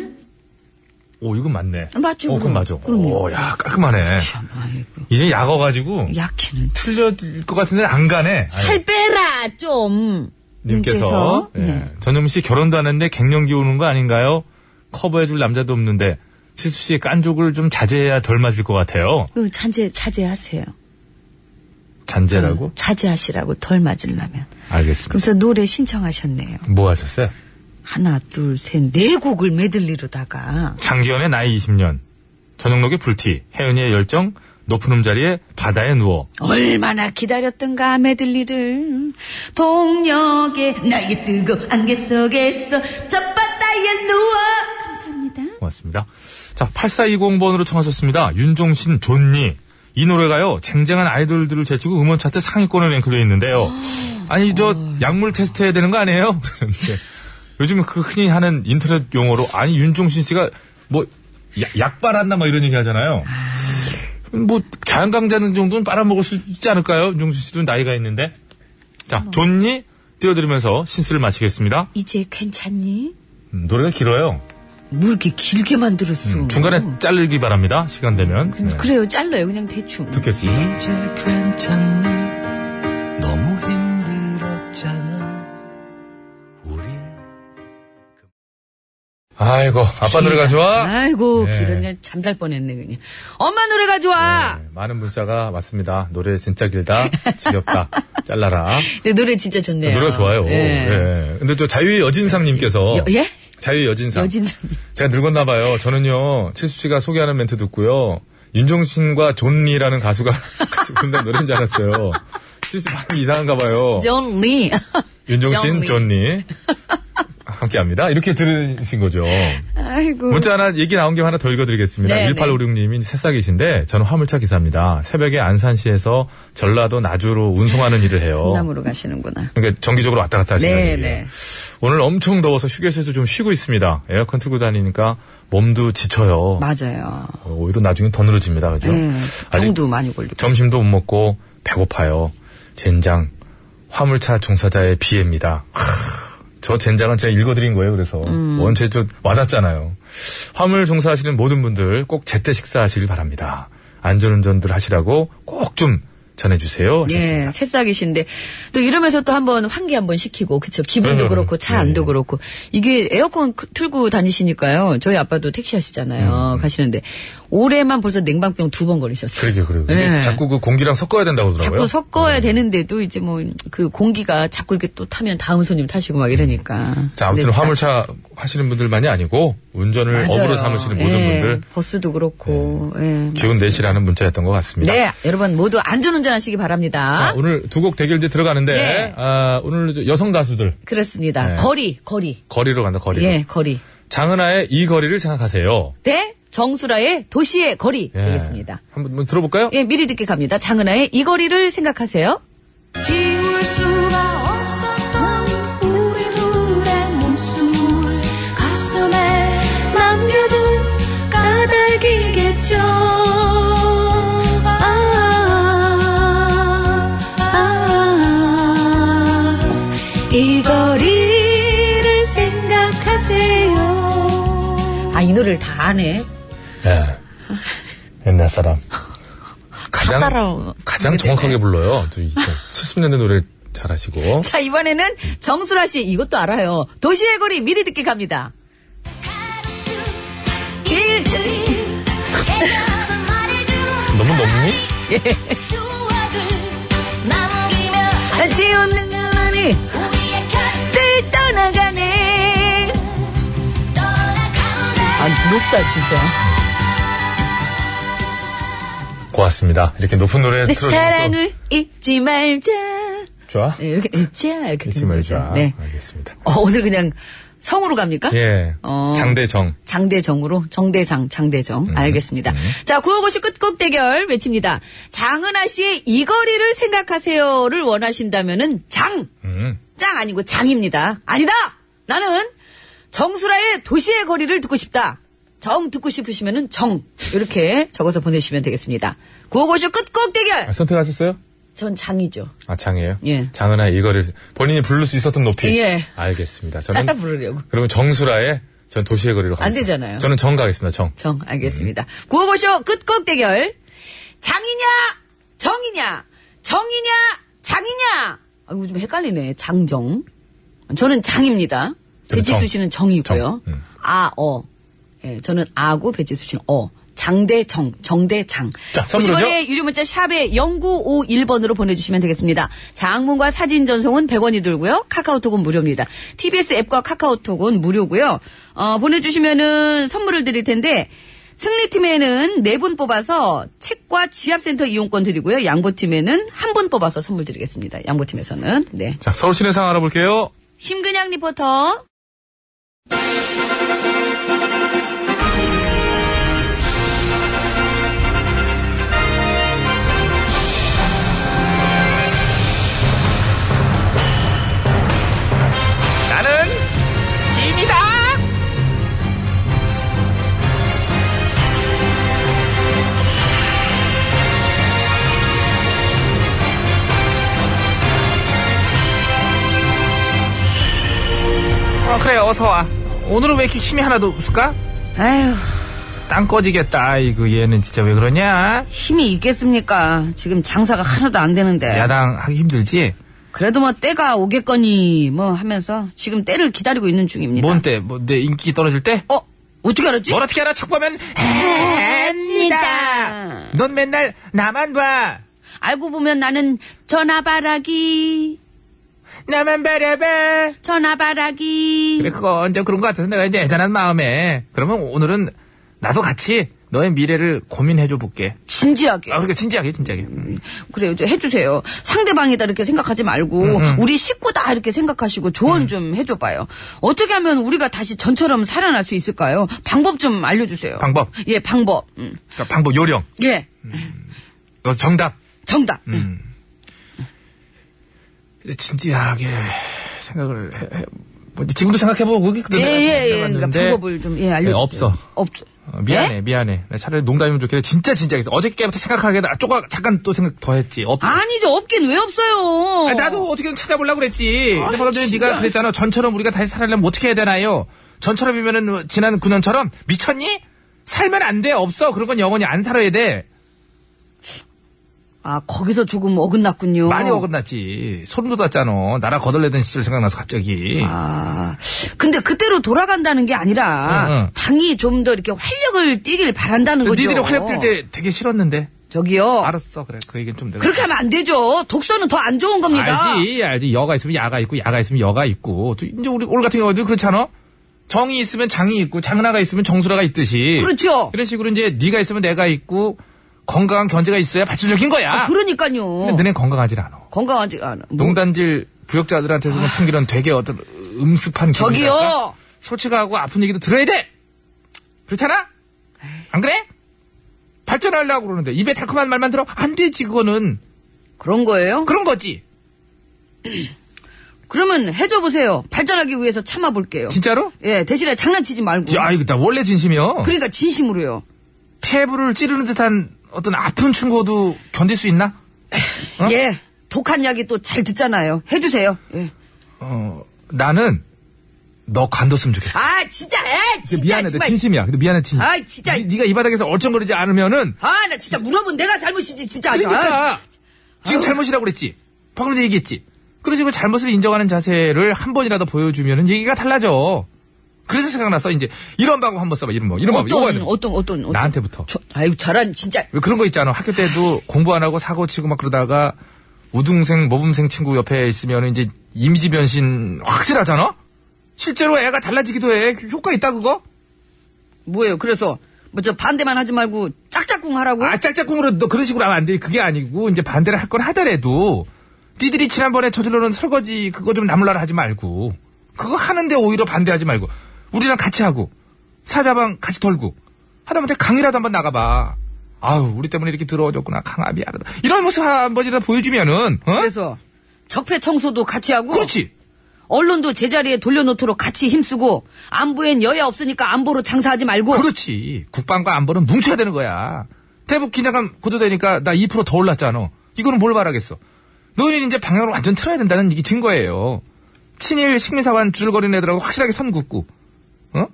오, 이건 맞네. 아, 맞죠, 오, 그건 그럼. 맞아. 그럼요. 오, 야, 깔끔하네. 참, 아이고. 이제 약어가지고 약해는. 틀려질 것 같은데 안 가네. 아유, 살 빼라, 좀. 님께서. 님께서? 네. 예. 전현무 씨 결혼도 안 했는데 갱년기 오는 거 아닌가요? 커버해줄 남자도 없는데 최수 씨의 깐족을 좀 자제해야 덜 맞을 것 같아요. 그 자제 자제하세요. 음, 음. 잔재라고? 자제하시라고 덜 맞으려면. 알겠습니다. 그래서 노래 신청하셨네요. 뭐 하셨어요? 하나, 둘, 셋, 네 곡을 메들리로다가 장기현의 나이 20년, 전영록의 불티, 혜은이의 열정, 높은 음자리에 바다에 누워. 얼마나 기다렸던가 메들리를 동력에 나의 뜨거 안개 속에서 첫바다에 누워 감사합니다. 고맙습니다. 자, 8420번으로 청하셨습니다. 윤종신, 존니. 이 노래가요, 쟁쟁한 아이돌들을 제치고 음원 차트 상위권에 랭크되어 있는데요. 아니, 저, 약물 테스트 해야 되는 거 아니에요? 그러는데 요즘 그 흔히 하는 인터넷 용어로, 아니, 윤종신 씨가 뭐, 야- 약 빨았나 막 이런 얘기 하잖아요. 뭐, 자연강자는 정도는 빨아먹을 수 있지 않을까요? 윤종신 씨도 나이가 있는데. 자, 존니 띄워드리면서 신스를 마치겠습니다. 이제 괜찮니? 음, 노래가 길어요. 뭐 이렇게 길게 만들었어. 음, 음, 중간에 음. 자르기 바랍니다. 시간 되면. 네. 그래요, 잘라요, 그냥 대충. 듣겠습니다. 이제 괜찮니? 너무 힘들었잖아. 우리. 그 아이고, 아빠 노래가 좋아? 아이고, 네. 길었네. 잠잘 뻔했네, 그냥. 엄마 노래가 좋아! 네, 많은 문자가 왔습니다. 노래 진짜 길다. 지겹다. 잘라라. 근데 노래 진짜 좋네요. 노래가 좋아요. 네. 예. 근데 저 자유의 여진상님께서. 여- 예? 자유의 여진상. 여진상. 제가 늙었나봐요. 저는요, 칠수 씨가 소개하는 멘트 듣고요. 윤종신과 존리라는 가수가 같이 부른다는 노래인 줄 알았어요. 칠수 발음이 이상한가봐요. 존 리. 윤종신, 존리. 존리. 함께 합니다. 이렇게 들으신 거죠. 아이고. 문자 하나 얘기 나온 게 하나 더 읽어드리겠습니다. 음. 네, 1856님이 새싹이신데 저는 화물차 기사입니다. 새벽에 안산시에서 전라도 나주로 운송하는 일을 해요. 남으로 가시는구나. 그러니까 정기적으로 왔다 갔다 하시는 네, 일이에요. 네. 오늘 엄청 더워서 휴게소에서 좀 쉬고 있습니다. 에어컨 틀고 다니니까 몸도 지쳐요. 맞아요. 어, 오히려 나중에 더 늘어집니다. 그죠? 네. 아직 병도 많이 걸리고. 점심도 못 먹고 배고파요. 젠장 화물차 종사자의 비애입니다. 하, 저 젠장은 제가 읽어드린 거예요. 그래서 음. 원체 좀 와닿잖아요. 화물 종사하시는 모든 분들 꼭 제때 식사하시길 바랍니다. 안전운전들 하시라고 꼭 좀 전해주세요. 하셨습니다. 예, 새싹이신데 또 이러면서 또 한번 환기 한번 시키고 그쵸 기분도 네, 그렇고 차 네, 안도 네. 그렇고 이게 에어컨 크- 틀고 다니시니까요 저희 아빠도 택시 음, 하시잖아요 가시는데 올해만 벌써 냉방병 두 번 걸리셨어요. 그러게 그러게. 예. 자꾸 그 공기랑 섞어야 된다고 그러더라고요. 자꾸 섞어야 네. 되는데도 이제 뭐 그 공기가 자꾸 이렇게 또 타면 다음 손님 타시고 막 이러니까. 자, 아무튼 네, 화물차 하시는 분들만이 아니고 운전을 맞아요. 업으로 삼으시는 모든 예, 분들 네. 버스도 그렇고 예, 기운 내시라는 문자였던 것 같습니다. 네, 여러분 모두 안전운전하시기 바랍니다. 자, 오늘 두 곡 대결 이제 들어가는데, 아? 예. 아, 오늘 이제 여성 가수들. 그렇습니다. 네. 거리, 거리. 거리로 간다, 거리로. 예, 거리. 장은아의 이 거리를 생각하세요. 대 정수라의 도시의 거리 예. 되겠습니다. 한번 한번 들어볼까요? 예, 미리 듣게 갑니다. 장은아의 이 거리를 생각하세요. 지울 수가 없었던 우리 둘의 몸숨을 가슴에 남겨둔 까닭이겠죠 아, 아, 아, 이 거리를 생각하세요 아, 이 노래를 다 아네. 예. 옛날 사람. 가장, 아, 따라오- 가장 정확하게 불러요. 70년대 노래 잘하시고. 자, 이번에는 정수라 씨 이것도 알아요. 도시의 거리 미리 듣게 갑니다. 일, 애절한 말해주는 너무 넘니? 추억을 남기며 다시 웃는 나만이 우리의 결승 쓸 떠나가네. 떠나간다 아, 높다, 진짜. 고맙습니다. 이렇게 높은 노래 내 틀어주고. 사랑을 잊지 말자. 좋아? 네, 이렇게 잊자, 이렇게. 잊지 되는 말자. 거죠. 네. 알겠습니다. 어, 오늘 그냥 성으로 갑니까? 예. 어. 장대정. 장대정으로 정대장 장대정 음. 알겠습니다. 자 구호고시 끝곡 대결 외칩니다. 장은아 씨의 이 거리를 생각하세요를 원하신다면은 장 짱 음. 아니고 장입니다. 아니다. 나는 정수라의 도시의 거리를 듣고 싶다. 정 듣고 싶으시면은 정 이렇게 적어서 보내시면 되겠습니다. 구호고시 끝곡 대결 아, 선택하셨어요? 전 장이죠. 아, 장이에요? 예. 장은아 이거를 본인이 부를 수 있었던 높이. 예. 알겠습니다. 저는 따라 부르려고. 그러면 정수라의 전 도시의 거리로 가겠습니다. 되잖아요. 저는 정 가겠습니다. 정. 정 알겠습니다. 구호고쇼 끝곡 대결 장이냐 정이냐 정이냐 장이냐 아이고 좀 헷갈리네 장정 저는 장입니다 저는 배지수 정. 씨는 정이고요 정, 음. 아어 아, 예, 저는 아고 배지수 씨는 어. 장대정, 정대장. 자, 선물은요? 50원의 유료 문자 샵에 0951번으로 보내주시면 되겠습니다. 장문과 사진 전송은 100원이 들고요. 카카오톡은 무료입니다. TBS 앱과 카카오톡은 무료고요. 어, 보내주시면은 선물을 드릴 텐데 승리팀에는 4분 뽑아서 책과 지압센터 이용권 드리고요. 양보팀에는 1분 뽑아서 선물 드리겠습니다. 양보팀에서는. 네. 자, 서울 시내 상황 알아볼게요. 심근양 리포터. 나는 짐이다. 어 그래 어서 와. 오늘은 왜 이렇게 힘이 하나도 없을까? 아휴, 땅 꺼지겠다. 아이고 얘는 진짜 왜 그러냐? 힘이 있겠습니까? 지금 장사가 하나도 안 되는데. 야당 하기 힘들지? 그래도 뭐 때가 오겠거니 뭐 하면서 지금 때를 기다리고 있는 중입니다. 뭔 때? 뭐 내 인기 떨어질 때? 어? 어떻게 알았지? 뭘 어떻게 알아? 척 보면 합니다. 넌 맨날 나만 봐. 알고 보면 나는 전화바라기, 나만 바라봐. 전화바라기. 그래 그거 언제 그런 것 같아서 내가 이제 애잔한 마음에 그러면 오늘은 나도 같이 너의 미래를 고민해줘 볼게. 진지하게. 아 그러니까 진지하게 진지하게. 음. 그래요. 좀 해주세요. 상대방이다 이렇게 생각하지 말고 음, 우리 식구다 이렇게 생각하시고 조언 좀 해줘봐요. 어떻게 하면 우리가 다시 전처럼 살아날 수 있을까요? 방법 좀 알려주세요. 방법. 예, 방법. 음. 그러니까 방법 요령. 예, 너 정답. 정답. 음. 그래, 진지하게 생각을 해. 해. 뭐, 지금도 생각해보고 그게 예, 그대로 예, 예. 그러니까 생각해봤는데 방법을 예? 좀 예, 알려주세요. 네, 없어. 없어. 어, 미안해, 미안해. 나 차라리 농담이면 좋겠는데 진짜 진지하게 어저께부터 생각하게 나 조금 잠깐 또 생각 더 했지. 없어. 아니죠. 없긴 왜 없어요. 아니, 나도 어떻게든 찾아보려고 그랬지. 근데 방금 전에 네가 그랬잖아. 전처럼 우리가 다시 살려면 어떻게 해야 되나요? 전처럼이면은 뭐 지난 9년처럼 미쳤니? 살면 안 돼. 없어. 그런 건 영원히 안 살아야 돼. 아 거기서 조금 어긋났군요. 많이 어긋났지. 소름 돋았잖아. 나라 거덜내던 시절 생각나서 갑자기. 아, 근데 그때로 돌아간다는 게 아니라 응, 응. 당이 좀 더 이렇게 활력을 띠길 바란다는 거죠. 니들이 활력 뜰때 되게 싫었는데. 저기요. 알았어. 그래. 그 얘기는 좀 내가. 그렇게 하면 안 되죠. 독서는 더 안 좋은 아. 겁니다. 알지, 알지. 여가 있으면 야가 있고, 야가 있으면 여가 있고. 또 이제 우리 올 같은 경우도 그렇지 않아? 정이 있으면 장이 있고, 장나가 있으면 정수라가 있듯이. 그렇죠. 이런 식으로 이제 네가 있으면 내가 있고, 건강한 견제가 있어야 발전적인 거야. 아, 그러니까요. 근데 너네 건강하질 않아. 그 건강하지 않아. 뭐, 농단질 부역자들한테서는 풍기는 되게 어떤 음습한 기분이랄까? 아. 저기요. 솔직하고 아픈 얘기도 들어야 돼. 그렇잖아? 안 그래? 발전하려고 그러는데 입에 달콤한 말만 들어 안 되지 그거는 그런 거예요? 그런 거지 그, 러면 해줘 보세요. 발전하기 위해서 참아 볼게요. 진짜로? 예, 대신에 장난치지 말고. 야 이거 나 원래 진심이야. 그러니까 진심으로요. 폐부를 찌르는 듯한 어떤 아픈 충고도 견딜 수 있나? 어? 예. 독한 약이 또 잘 듣잖아요. 해주세요. 예. 어, 나는 너 간뒀으면 좋겠어. 아, 진짜, 에, 근데 진짜. 그 미안해, 내 정말. 진심이야. 근데 미안해, 진심. 아, 진짜. 니- 네가 이 바닥에서 얼쩡거리지 않으면은 아, 나 진짜 물어본 내가 잘못이지, 진짜. 아, 그러니까 지금 아유. 잘못이라고 그랬지. 방금 전에 얘기했지. 그러지 뭐 잘못을 인정하는 자세를 한 번이라도 보여주면은 얘기가 달라져. 그래서 생각났어. 이제 이런 방법 한번 써봐. 뭐, 이런 방법. 이런 방법. 이거 해야 어떤, 돼. 어떤, 어떤, 어떤. 나한테부터. 저, 아이고, 저런, 진짜. 왜 그런 거 있잖아. 학교 때도 공부 안 하고 사고 치고 막 그러다가 우등생 모범생 친구 옆에 있으면 이제 이미지 변신 확실하잖아. 실제로 애가 달라지기도 해. 그 효과 있다 그거? 뭐예요, 그래서. 뭐, 저 반대만 하지 말고 짝짝꿍 하라고? 아 짝짝꿍으로 너 그런 식으로 하면 안 돼. 그게 아니고 이제 반대를 할 건 하더라도 니들이 지난번에 저질러는 설거지 그거 좀 나물나라 하지 말고 그거 하는데 오히려 반대하지 말고 우리랑 같이 하고 사자방 같이 털고 하다못해 강이라도 한번 나가봐. 아우 우리 때문에 이렇게 더러워졌구나 강압이 안 하다. 이런 모습 한 번이라도 보여주면은 어? 그래서. 적폐 청소도 같이 어, 하고. 그렇죠. 그렇지. 언론도 제자리에 돌려놓도록 같이 힘쓰고. 안보엔 여야 없으니까 안보로 장사하지 말고. 그렇지. 국방과 안보는 뭉쳐야 되는 거야. 대북 긴장감 고조되니까 나 2%더 올랐잖아. 이거는 뭘 바라겠어. 너희는 이제 방향을 완전 틀어야 된다는 이게 증거예요. 친일 식민사관 줄거리는 애들하고 확실하게 선 긋고, 어?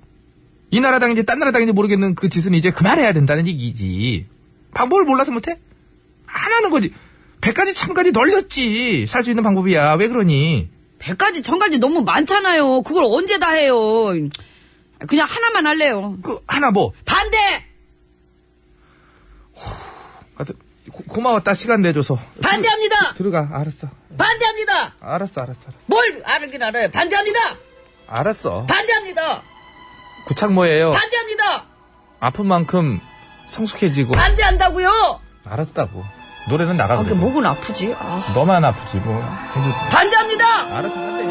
이 나라 당인지 딴 나라 당인지 모르겠는 그 짓은 이제 그만해야 된다는 얘기지. 방법을 몰라서 못해? 안 하는 거지. 100가지 참까지 널렸지. 살 수 있는 방법이야. 왜 그러니? 백가지, 천가지 너무 많잖아요. 그걸 언제 다 해요. 그냥 하나만 할래요. 그 하나 뭐 반대! 하여튼 고, 고마웠다 시간 내줘서 반대합니다! 들어가 알았어 반대합니다! 알았어 알았어 알았어 뭘 알긴 알아요. 반대합니다! 알았어 반대합니다! 구창모예요 반대합니다! 아픈 만큼 성숙해지고 반대한다고요! 알았다고 뭐. 노래는 아, 나가고 그 목은 아프지? 아. 너만 아프지 뭐 근데 반대합니다! 알아서 한대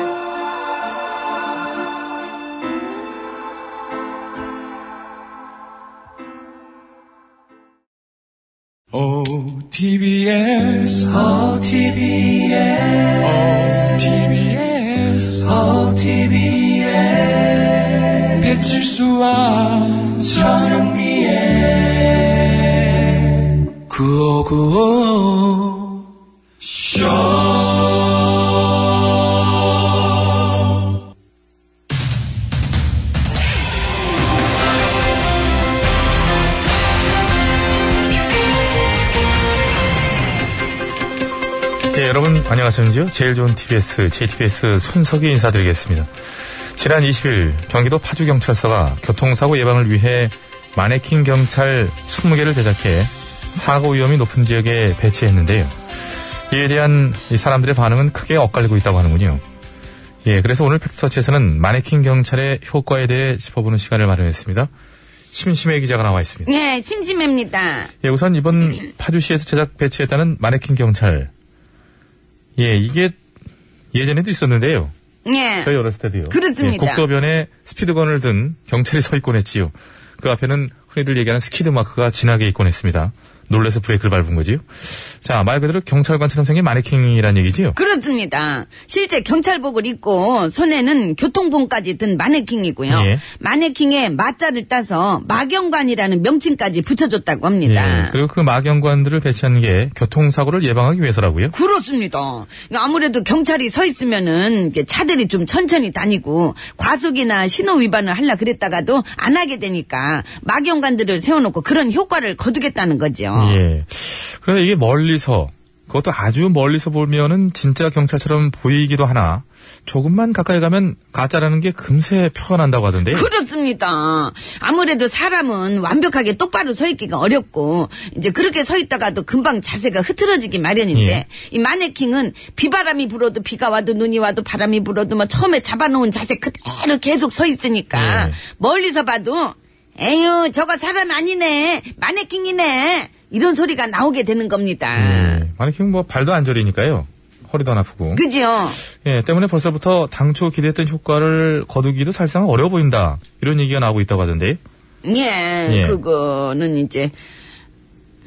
어, OTBS, 어, OTBS, OTBS, OTBS. 배칠수와 전영미의 구호구호. 예, 여러분 안녕하세요. 제일 좋은 TBS, JTBS 손석희 인사드리겠습니다. 지난 20일 경기도 파주경찰서가 교통사고 예방을 위해 마네킹 경찰 20개를 제작해 사고 위험이 높은 지역에 배치했는데요. 이에 대한 이 사람들의 반응은 크게 엇갈리고 있다고 하는군요. 예, 그래서 오늘 팩스터치에서는 마네킹 경찰의 효과에 대해 짚어보는 시간을 마련했습니다. 심심해 기자가 나와 있습니다. 네, 심심합니다. 예, 우선 음. 이번 파주시에서 제작 배치했다는 마네킹 경찰. 예, 이게 예전에도 있었는데요. 네. 저희 어렸을 때도요. 그렇습니다. 예, 국도변에 스피드건을 든 경찰이 서 있곤 했지요. 그 앞에는 흔히들 얘기하는 스키드 마크가 진하게 있곤 했습니다. 놀래서 브레이크를 밟은 거지요. 자, 말 그대로 경찰관처럼 생긴 마네킹이란 얘기지요. 그렇습니다. 실제 경찰복을 입고 손에는 교통봉까지 든 마네킹이고요. 예. 마네킹에 마자를 따서 마경관이라는 명칭까지 붙여줬다고 예, 합니다. 그리고 그 마경관들을 배치한 게 교통사고를 예방하기 위해서라고요. 그렇습니다. 그러니까 아무래도 경찰이 서 있으면은 이게 차들이 좀 천천히 다니고 과속이나 신호 위반을 하려 그랬다가도 안 하게 되니까 마경관들을 세워놓고 그런 효과를 거두겠다는 거죠. 예. 그런데 이게 멀리서 그것도 아주 멀리서 보면은 진짜 경찰처럼 보이기도 하나 조금만 가까이 가면 가짜라는 게 금세 표가 난다고 하던데. 그- 요 그렇습니다. 아무래도 사람은 완벽하게 똑바로 서 있기가 어렵고 이제 그렇게 서 있다가도 금방 자세가 흐트러지기 마련인데 예. 이 마네킹은 비바람이 불어도 비가 와도 눈이 와도 바람이 불어도 뭐 처음에 잡아놓은 자세 그대로 계속 서 있으니까 예. 멀리서 봐도 에휴 저거 사람 아니네 마네킹이네 이런 소리가 나오게 되는 겁니다. 예. 마네킹 뭐 발도 안 저리니까요. 허리도 안 아프고. 그죠? 예, 때문에 벌써부터 당초 기대했던 효과를 거두기도 사실상 어려워 보인다. 이런 얘기가 나오고 있다고 하던데. 예, 예. 그거는 이제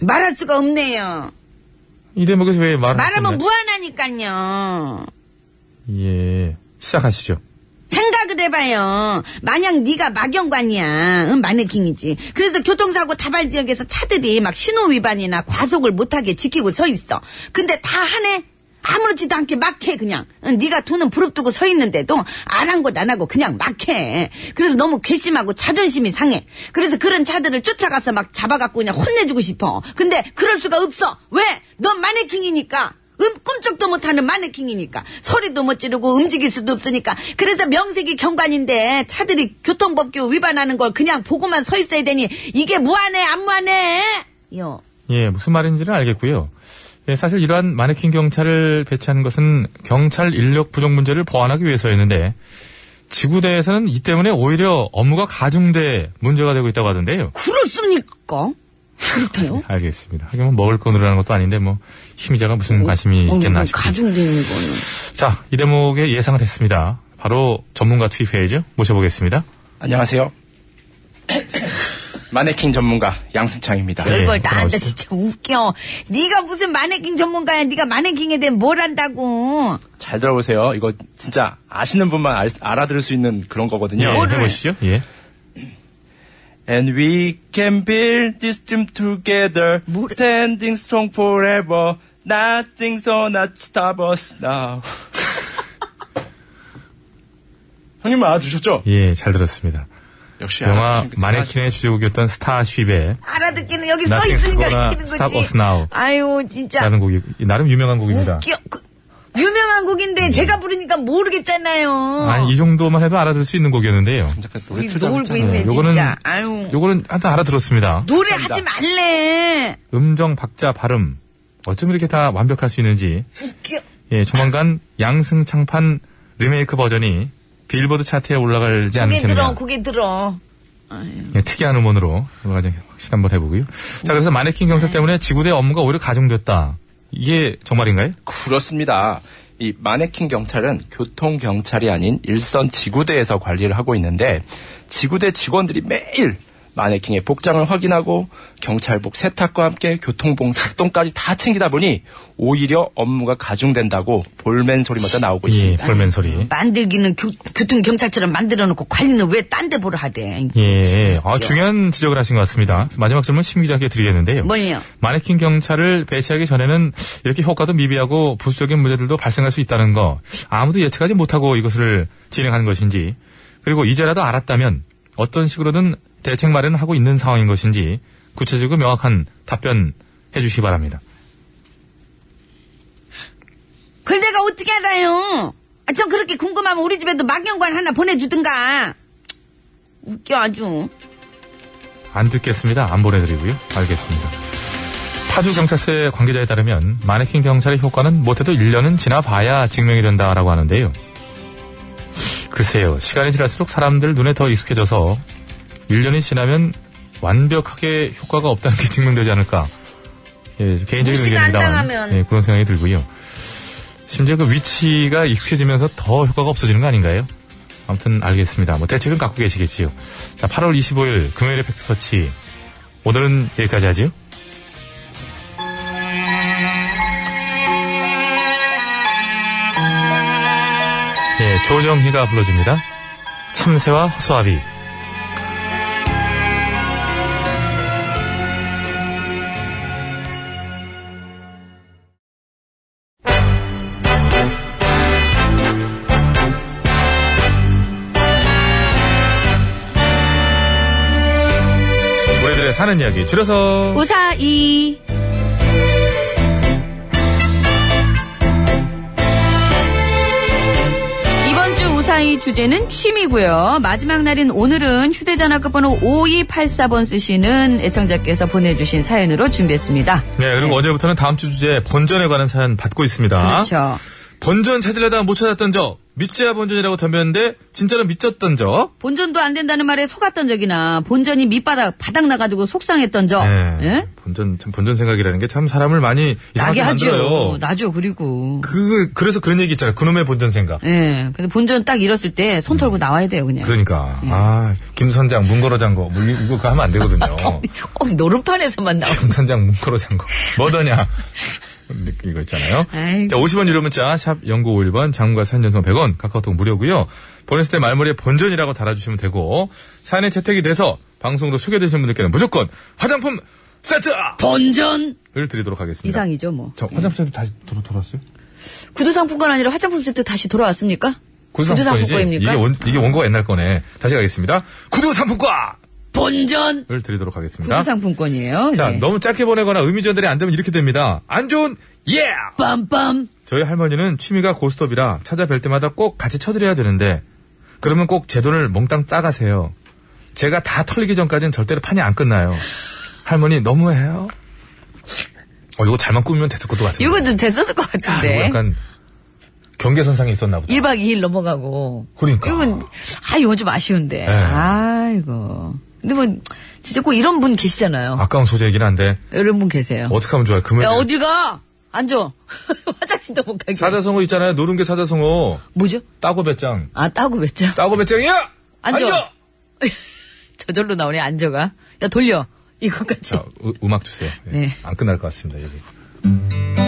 말할 수가 없네요. 이 대목에서 왜 말을 말하면 하셨나요? 무한하니까요. 예. 시작하시죠. 생각을 해봐요. 만약 네가 마경관이야, 응, 마네킹이지. 그래서 교통사고 다발 지역에서 차들이 막 신호 위반이나 과속을 못하게 지키고 서 있어. 근데 다 하네. 아무렇지도 않게 막해 그냥. 응, 네가 두 눈 부릅뜨고 서 있는데도 아랑곳 안 하고 그냥 막해. 그래서 너무 괘씸하고 자존심이 상해. 그래서 그런 차들을 쫓아가서 막 잡아갖고 그냥 혼내주고 싶어. 근데 그럴 수가 없어. 왜? 넌 마네킹이니까. 음, 꿈쩍도 못하는 마네킹이니까 소리도 못 지르고 움직일 수도 없으니까 그래서 명색이 경관인데 차들이 교통법규 위반하는 걸 그냥 보고만 서 있어야 되니 이게 무한해 안 무한해 요 예, 무슨 말인지는 알겠고요. 예, 사실 이러한 마네킹 경찰을 배치하는 것은 경찰 인력 부족 문제를 보완하기 위해서였는데 지구대에서는 이 때문에 오히려 업무가 가중돼 문제가 되고 있다고 하던데요. 그렇습니까? 그렇대요? 알겠습니다. 하긴 뭐 먹을 거 누르라는 것도 아닌데 뭐 힘이자가 무슨 관심이 네, 있겠나 싶고. 어, 가중되는 거는 자, 이 대목에 예상을 했습니다. 바로 전문가 투입해야죠. 모셔보겠습니다. 안녕하세요. 마네킹 전문가 양승창입니다. 네, 그걸 나한테 돌아오시죠. 진짜 웃겨 네가 무슨 마네킹 전문가야 네가 마네킹에 대해 뭘 안다고 잘 들어보세요. 이거 진짜 아시는 분만 알, 알아들을 수 있는 그런 예, 네. 거거든요. 해보시죠. 예. And we can build this dream together, standing strong forever. Nothing's gonna stop us now. 형님 알아주셨죠? 예, 잘 들었습니다. 역시 영화 알아주신 게 마네킹의 주제곡이었던 스타쉽의 알아듣기는 여기 서 Nothing's 있으니까 gonna 듣는 stop 거지 us now. 아유 진짜 라는 곡이 나름 유명한 곡입니다. 네. 웃겨 그, 유명한 곡인데 제가 부르니까 모르겠잖아요. 음. 아니, 이 정도만 해도 알아들을 수 있는 곡이었는데요. 잠깐 노래 우리 틀자 놀고 그랬잖아요. 있네 요거는- 진짜. 아유 요거는 하여튼 알아들었습니다. 노래하지 말래. 음정, 박자, 발음. 어쩜 이렇게 다 완벽할 수 있는지. 웃겨. 예, 조만간 양승창판 리메이크 버전이 빌보드 차트에 올라갈지 고개 들어 않겠느냐. 고개 들어. 예, 특이한 음원으로 올라가지 않겠- 확실히 한번 해보고요. 자, 그래서 마네킹 경사 때문에 지구대 업무가 오히려 가중됐다. 이게 정말인가요? 예, 그렇습니다. 이 마네킹 경찰은 교통 경찰이 아닌 일선 지구대에서 관리를 하고 있는데 지구대 직원들이 매일 마네킹의 복장을 확인하고 경찰복 세탁과 함께 교통봉 작동까지 다 챙기다 보니 오히려 업무가 가중된다고 볼멘 소리마저 나오고 예, 있습니다. 벌맨 소리. 만들기는 교, 교통 경찰처럼 만들어놓고 관리는 왜 딴 데 보러 하대. 예, 아, 중요한 지적을 하신 것 같습니다. 마지막 질문 심기자께 드리겠는데요. 뭘요? 마네킹 경찰을 배치하기 전에는 이렇게 효과도 미비하고 부수적인 문제들도 발생할 수 있다는 거 아무도 예측하지 못하고 이것을 진행하는 것인지 그리고 이제라도 알았다면 어떤 식으로든 대책 마련을 하고 있는 상황인 것인지 구체적이고 명확한 답변 해주시기 바랍니다. 그걸 내가 어떻게 알아요? 아, 전 그렇게 궁금하면 우리 집에도 막연관 하나 보내주든가. 웃겨 아주. 안 듣겠습니다. 안 보내드리고요. 알겠습니다. 파주 경찰서의 관계자에 따르면 마네킹 경찰의 효과는 못해도 1년은 지나봐야 증명이 된다라고 하는데요. 글쎄요. 시간이 지날수록 사람들 눈에 더 익숙해져서 1년이 지나면 완벽하게 효과가 없다는 게 증명되지 않을까. 예, 개인적인 무시가 안 의견입니다만 당하면. 예, 그런 생각이 들고요. 심지어 그 위치가 익숙해지면서 더 효과가 없어지는 거 아닌가요? 아무튼 알겠습니다. 뭐 대책은 갖고 계시겠지요. 자, 8월 25일 금요일의 팩트터치. 오늘은 여기까지 하지요. 예, 조정희가 불러줍니다. 참새와 허수아비. 우리들의 사는 이야기 줄여서 우사이. 이번 주 우사이 주제는 취미고요. 마지막 날인 오늘은 휴대전화 끝번호 5284번 쓰시는 애청자께서 보내주신 사연으로 준비했습니다. 네, 그리고 어제부터는 다음 주 주제 본전에 관한 사연 받고 있습니다. 그렇죠. 본전 찾으려다 못 찾았던 적, 밑지야 본전이라고 덤볐는데 진짜로 미쳤던 적. 본전도 안 된다는 말에 속았던 적이나 본전이 밑바닥 바닥 나가지고 속상했던 적. 예. 예? 본전 참 본전 생각이라는 게 참 사람을 많이 이상하게 나게 하죠. 만들어요. 나죠. 그리고. 그 그래서 그런 얘기 있잖아요. 그놈의 본전 생각. 예. 근데 본전 딱 잃었을 때 손 털고 나와야 돼요, 그냥. 그러니까 예. 아 김선장 문걸어 잔거 뭐 이- 이거 그거 하면 안 되거든요. 어, 노름판에서만 나와. 김선장 문걸어 잔거 뭐더냐 이거 있잖아요. 아이고. 자 50원 유료 문자 샵 0951번 장과 산전송 100원 카카오톡 무료고요. 보냈을 때 말머리에 본전이라고 달아주시면 되고 사연에 채택이 돼서 방송으로 소개되시는 분들께는 무조건 화장품 세트를 본전 드리도록 하겠습니다. 이상이죠, 뭐. 저 화장품 세트 다시 돌아, 돌아왔어요? 구두 상품권 아니라 화장품 세트 다시 돌아왔습니까? 구두상품권이지. 이게, 원, 이게 원고가 옛날 거네. 다시 가겠습니다. 구두상품권을 본전 드리도록 하겠습니다. 구두 상품권이에요. 자, 네. 너무 짧게 보내거나 의미 전달이 안 되면 이렇게 됩니다. 안 좋은 예! 빰빰. 저희 할머니는 취미가 고스톱이라 찾아뵐 때마다 꼭 같이 쳐드려야 되는데 그러면 꼭 제 돈을 몽땅 따가세요. 제가 다 털리기 전까지는 절대로 판이 안 끝나요. 할머니 너무해요. 어, 이거 잘만 꾸미면 됐을 것도 같은데. 이것도 됐었을 것 아, 이거 같은데. 약간 경계선상이 있었나 보다. 1박 2일 넘어가고. 그러니까. 네. 이건, 아, 이건 좀 아쉬운데. 아이고. 근데 뭐, 진짜 꼭 이런 분 계시잖아요. 아까운 소재이긴 한데 이런 분 계세요. 어떻게 하면 좋아요? 금요일 야, 어딜 가? 앉아. 화장실도 못 가게. 사자성어 있잖아요. 노른 게 사자성어. 뭐죠? 따고배짱. 아, 따고 뱉자. 따고배짱이야! 앉아. 저절로 나오네, 앉아가. 야, 돌려. 이거까지. 자, 우- 음악 주세요. 예. 네. 안 끝날 것 같습니다, 여기.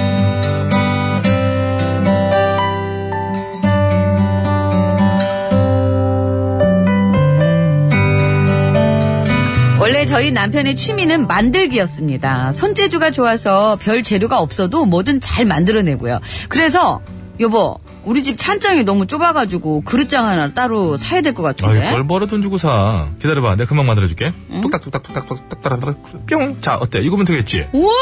원래 저희 남편의 취미는 만들기였습니다. 손재주가 좋아서 별 재료가 없어도 뭐든 잘 만들어내고요. 그래서 여보 우리 집 찬장이 너무 좁아가지고 그릇장 하나 따로 사야 될 것 같은데. 아이, 뭘 벌어 돈 주고 사. 기다려봐. 내가 금방 만들어줄게. 뚝딱뚝딱뚝딱뚝딱 따라따라. 뿅. 자, 어때? 이거면 되겠지? 우와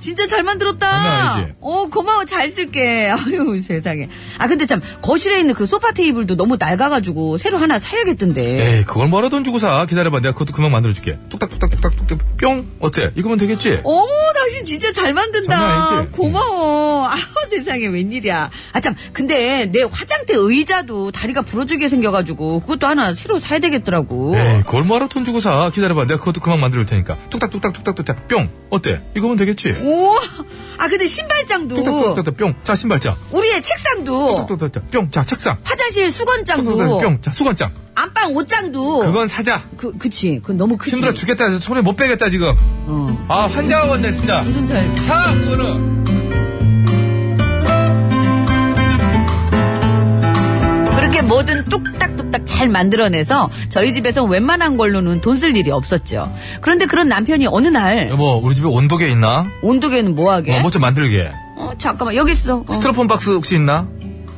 진짜 잘 만들었다. 장난 아니지? 어, 고마워. 잘 쓸게. 아유, 세상에. 아, 근데 참, 거실에 있는 그 소파 테이블도 너무 낡아가지고 새로 하나 사야겠던데. 에이, 그걸 뭐라 돈 주고 사. 기다려봐. 내가 그것도 금방 만들어줄게. 뚝딱뚝딱뚝딱 뚝딱 뿅. 어때? 이거면 되겠지? 어머, 당신 진짜 장난 잘 만든다. 아니지? 고마워. 아, 세상에 웬일이야. 아, 참. 근데 내 화장대 의자도 다리가 부러지게 생겨가지고 그것도 하나 새로 사야 되겠더라고. 에이, 그걸 뭐라 돈 주고 사. 기다려봐. 내가 그것도 금방 만들어줄 테니까. 뚝딱뚝딱 뚝딱 뚝딱 뿅. 어때? 이거면 되겠지? 오, 아, 근데 신발장도, 뚝딱뚝딱 뚝딱 뿅. 자, 신발장. 우리의 책상도, 뚝딱뚝딱 뿅. 자, 책상. 화장실 수건장도, 뚝딱뚝딱 뿅. 자, 수건장. 안방 옷장도. 그건 사자. 그, 그치. 그건 너무 크지. 힘들어 죽겠다 해서 손에 못 빼겠다 지금. 어. 아, 환장하겠네 진짜. 굳은 살. 사 그거는. 그렇게 뭐든 뚝딱뚝딱 잘 만들어내서 저희 집에서 웬만한 걸로는 돈 쓸 일이 없었죠. 그런데 그런 남편이 어느 날 여보, 우리 집에 온도계 있나? 온도계는 뭐하게? 어, 뭐 좀 만들게. 어, 잠깐만 여기 있어. 어, 스티로폼 박스 혹시 있나?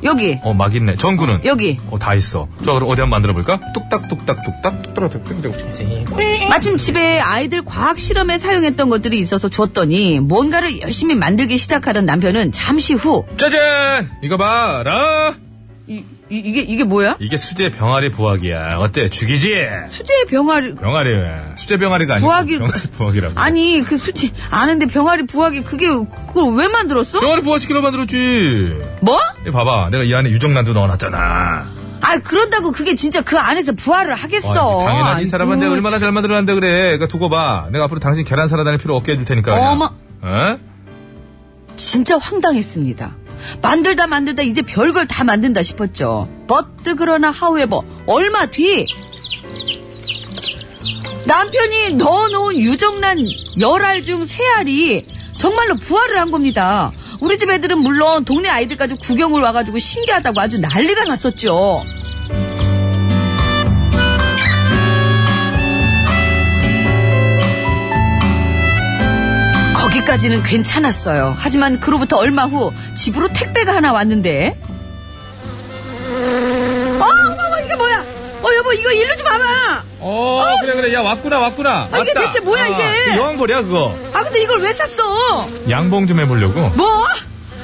여기 어, 막 있네. 전구는? 여기. 어, 다 있어. 자, 그럼 어디 한번 만들어 볼까? 뚝딱뚝딱 뚝딱 뚝딱뚝딱. 마침 집에 아이들 과학 실험에 사용했던 것들이 있어서 줬더니 뭔가를 열심히 만들기 시작하던 남편은 잠시 후 짜잔! 이거 봐라. 이, 이- 이게 이게 뭐야? 이게 수제 병아리 부화기야. 어때? 죽이지? 수제 병아리 병아리. 수제 병아리가 아니고 부화기- 병아리 부화기라고. 아니 그 수제 아는데 병아리 부화기 그게 그걸 왜 만들었어? 병아리 부화시키려 만들었지. 뭐? 이 봐봐. 내가 이 안에 유정란도 넣어놨잖아. 아 그런다고 그게 진짜 그 안에서 부활을 하겠어. 아이고, 당연하지. 이 사람은 내가 아이고, 얼마나 잘 만들어놨는데 그래. 그러니까 두고 봐. 내가 앞으로 당신 계란 살아 다닐 필요 없게 해줄 테니까. 그냥. 어머. 어? 진짜 황당했습니다. 만들다 만들다 이제 별걸 다 만든다 싶었죠. 버트 그러나 하우에버 얼마 뒤 남편이 넣어놓은 유정란 열알 중 세 알이 정말로 부활을 한 겁니다. 우리 집 애들은 물론 동네 아이들까지 구경을 와가지고 신기하다고 아주 난리가 났었죠. 거기까지는 괜찮았어요. 하지만 그로부터 얼마 후 집으로 택배가 하나 왔는데. 어, 어머, 이게 뭐야? 어, 여보, 이거 일로 좀 와봐. 어, 그래, 그래. 야, 왔구나, 왔구나. 아, 이게 대체 뭐야, 이게? 그 여왕벌이야, 그거. 아, 근데 이걸 왜 샀어? 양봉 좀 해보려고. 뭐?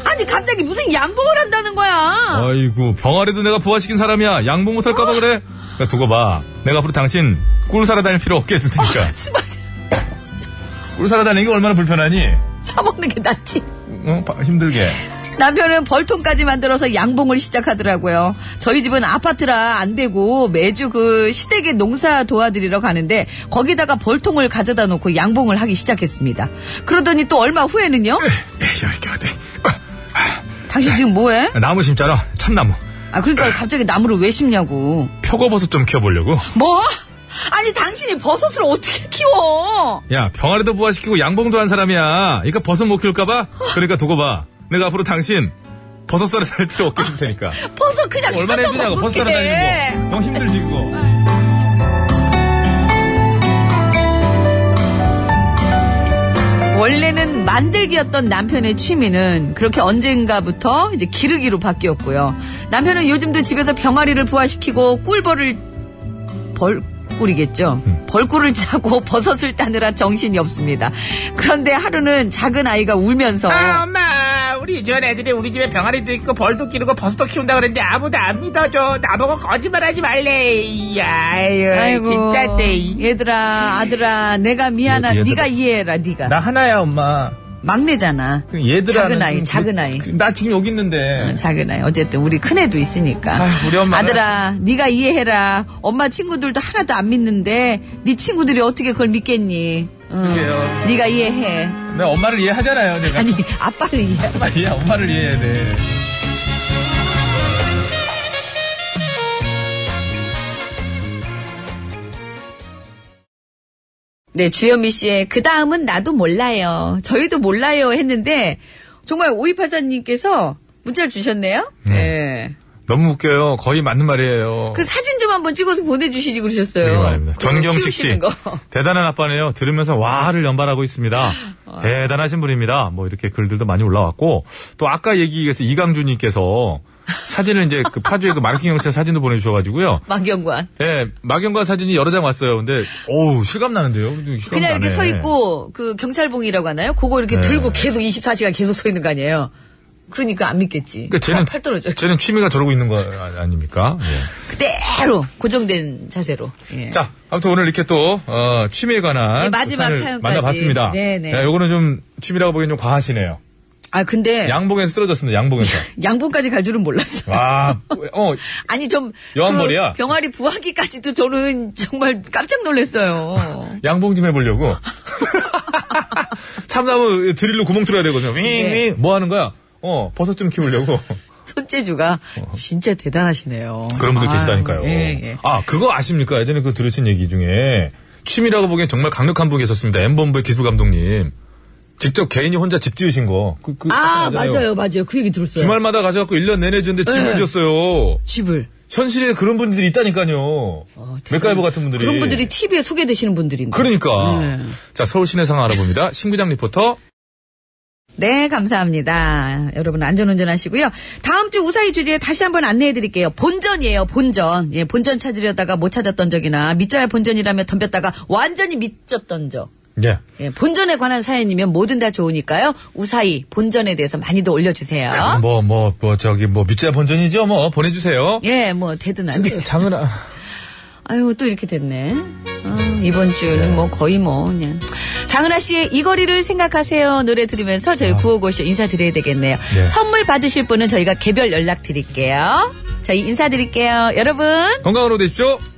아니, 갑자기 무슨 양봉을 한다는 거야? 아이고, 병아리도 내가 부화시킨 사람이야. 양봉 못할까봐 그래. 그러니까 두고 봐. 내가 앞으로 당신 꿀 살아 다닐 필요 없게 해줄 테니까. 정말 꿀 살아 다니는 게 얼마나 불편하니? 사먹는 게 낫지. 어, 바- 힘들게. 남편은 벌통까지 만들어서 양봉을 시작하더라고요. 저희 집은 아파트라 안 되고 매주 그 시댁에 농사 도와드리러 가는데 거기다가 벌통을 가져다 놓고 양봉을 하기 시작했습니다. 그러더니 또 얼마 후에는요? 에이, 야, 이게 어때? 당신 지금 뭐해? 아, 나무 심잖아. 참나무. 아 그러니까 갑자기 나무를 왜 심냐고. 표고버섯 좀 키워보려고. 뭐? 아니 당신이 버섯을 어떻게 키워? 야, 병아리도 부화시키고 양봉도 한 사람이야. 그러니까 버섯 못 키울까봐? 그러니까 두고 봐. 내가 앞으로 당신 버섯 살아 다닐 필요 없게 해줄 테니까. 아, 버섯 그냥 얼마나 사서 힘드냐고, 버섯 먹게 살아 돼. 다니는 거. 너무 힘들지, 그거. 원래는 만들기였던 남편의 취미는 그렇게 언젠가부터 이제 기르기로 바뀌었고요. 남편은 요즘도 집에서 병아리를 부화시키고 꿀벌을 벌 꿀이겠죠. 음. 벌꿀을 짜고 버섯을 따느라 정신이 없습니다. 그런데 하루는 작은 아이가 울면서 아, 엄마, 우리 유치원 애들이 우리 집에 병아리도 있고 벌도 기르고 버섯도 키운다 그랬는데 아무도 안 믿어줘. 나보고 거짓말하지 말래. 아유, 진짜인데. 얘들아 아들아 내가 미안한 얘- 얘들아. 네가 이해해라 네가 나 하나야, 엄마. 막내잖아. 그 얘들아. 그, 작은 아이, 작은 아이. 나 지금 여기 있는데. 작은 아이 어쨌든 우리 큰 애도 있으니까 아휴, 우리 엄마는- 아들아 네가 이해해라 엄마 친구들도 하나도 안 믿는데 네 친구들이 어떻게 그걸 믿겠니 응. 예, 그래요. 네가 네, 이해해 내가 엄마를 이해하잖아요, 내가. 아니 아빠를 이해해 엄마 이해, 엄마를 이해해야 돼. 네 주현미 씨의 그 다음은 나도 몰라요 저희도 몰라요 했는데 정말 오이파사님께서 문자를 주셨네요 네. 너무 웃겨요. 거의 맞는 말이에요. 그 사진 좀 한번 찍어서 보내주시지 그러게 그러셨어요 네, 말입니다. 전경식 씨. 키우시는 거. 대단한 아빠네요. 들으면서 와를 연발하고 있습니다. 아. 대단하신 분입니다. 뭐 이렇게 글들도 많이 올라왔고 또 아까 얘기해서 이강준님께서 사진을 이제 그 파주의 그 마네킹 경찰 사진도 보내주셔가지고요. 막연관. 예, 막연과 사진이 여러 장 왔어요. 근데, 어우, 실감 나는데요? 실감 그냥 이렇게 나네. 서 있고 그 경찰봉이라고 하나요? 그거 이렇게 네. 들고 계속 24시간 계속 서 있는 거 아니에요? 그러니까 안 믿겠지. 그러니까 쟤는, 팔 떨어져. 쟤는 취미가 저러고 있는 거 아- 아닙니까? 예. 그대로 고정된 자세로. 예. 자, 아무튼 오늘 이렇게 또, 어, 취미에 관한 네, 마지막 그 사연을 사연까지. 만나봤습니다. 네, 네. 야, 요거는 좀 취미라고 보기엔 좀 과하시네요. 아 근데 양복에서 쓰러졌습니다, 양복에서. 양봉까지 갈 줄은 몰랐어. 요 와, 어, 아니 좀 여한 그 머리야. 병아리 부화기까지도 저는 정말 깜짝 놀랐어요. 양봉 좀 해보려고. 참나무 드릴로 구멍 뚫어야 되거든요. 윙, 네. 윙. 뭐 하는 거야? 어, 버섯 좀 키우려고. 손재주가 진짜 대단하시네요. 어. 그런 분들 아유, 계시다니까요. 예, 예. 아, 그거 아십니까? 예전에 그 들으신 얘기 중에. 취미라고 보기엔 정말 강력한 분이 계셨습니다. 엠본부의 기술 감독님. 직접 개인이 혼자 집 지으신 거. 그, 그 아 하잖아요. 맞아요 맞아요 그 얘기 들었어요. 주말마다 가져갖고 1년 내내 주는데 집을 네. 지었어요. 집을 현실에 그런 분들이 있다니까요. 어, 대단히- 맥가이버 같은 분들이. 그런 분들이 TV에 소개되시는 분들인데. 그러니까. 네. 자, 서울 시내 상황 알아봅니다. 신구장 리포터. 네, 감사합니다. 여러분 안전운전 하시고요. 다음 주 우사히 주제 다시 한번 안내해 드릴게요. 본전이에요, 본전. 예, 본전 찾으려다가 못 찾았던 적이나 믿자야 본전이라며 덤볐다가 완전히 믿졌던 적. 예. 예, 본전에 관한 사연이면 뭐든 다 좋으니까요. 우사히 본전에 대해서 많이들 올려주세요. 뭐, 뭐, 뭐, 저기, 뭐, 밑자 본전이죠? 뭐, 보내주세요. 예, 뭐 되든 안 되든. 장은아. 아유, 또 이렇게 됐네. 아, 이번 네. 주는 뭐 거의 뭐 그냥. 장은아 씨의 이 거리를 생각하세요 노래 들으면서 저희 구호고쇼 인사드려야 되겠네요. 네. 선물 받으실 분은 저희가 개별 연락 드릴게요. 저희 인사드릴게요. 여러분. 건강으로 되십시오.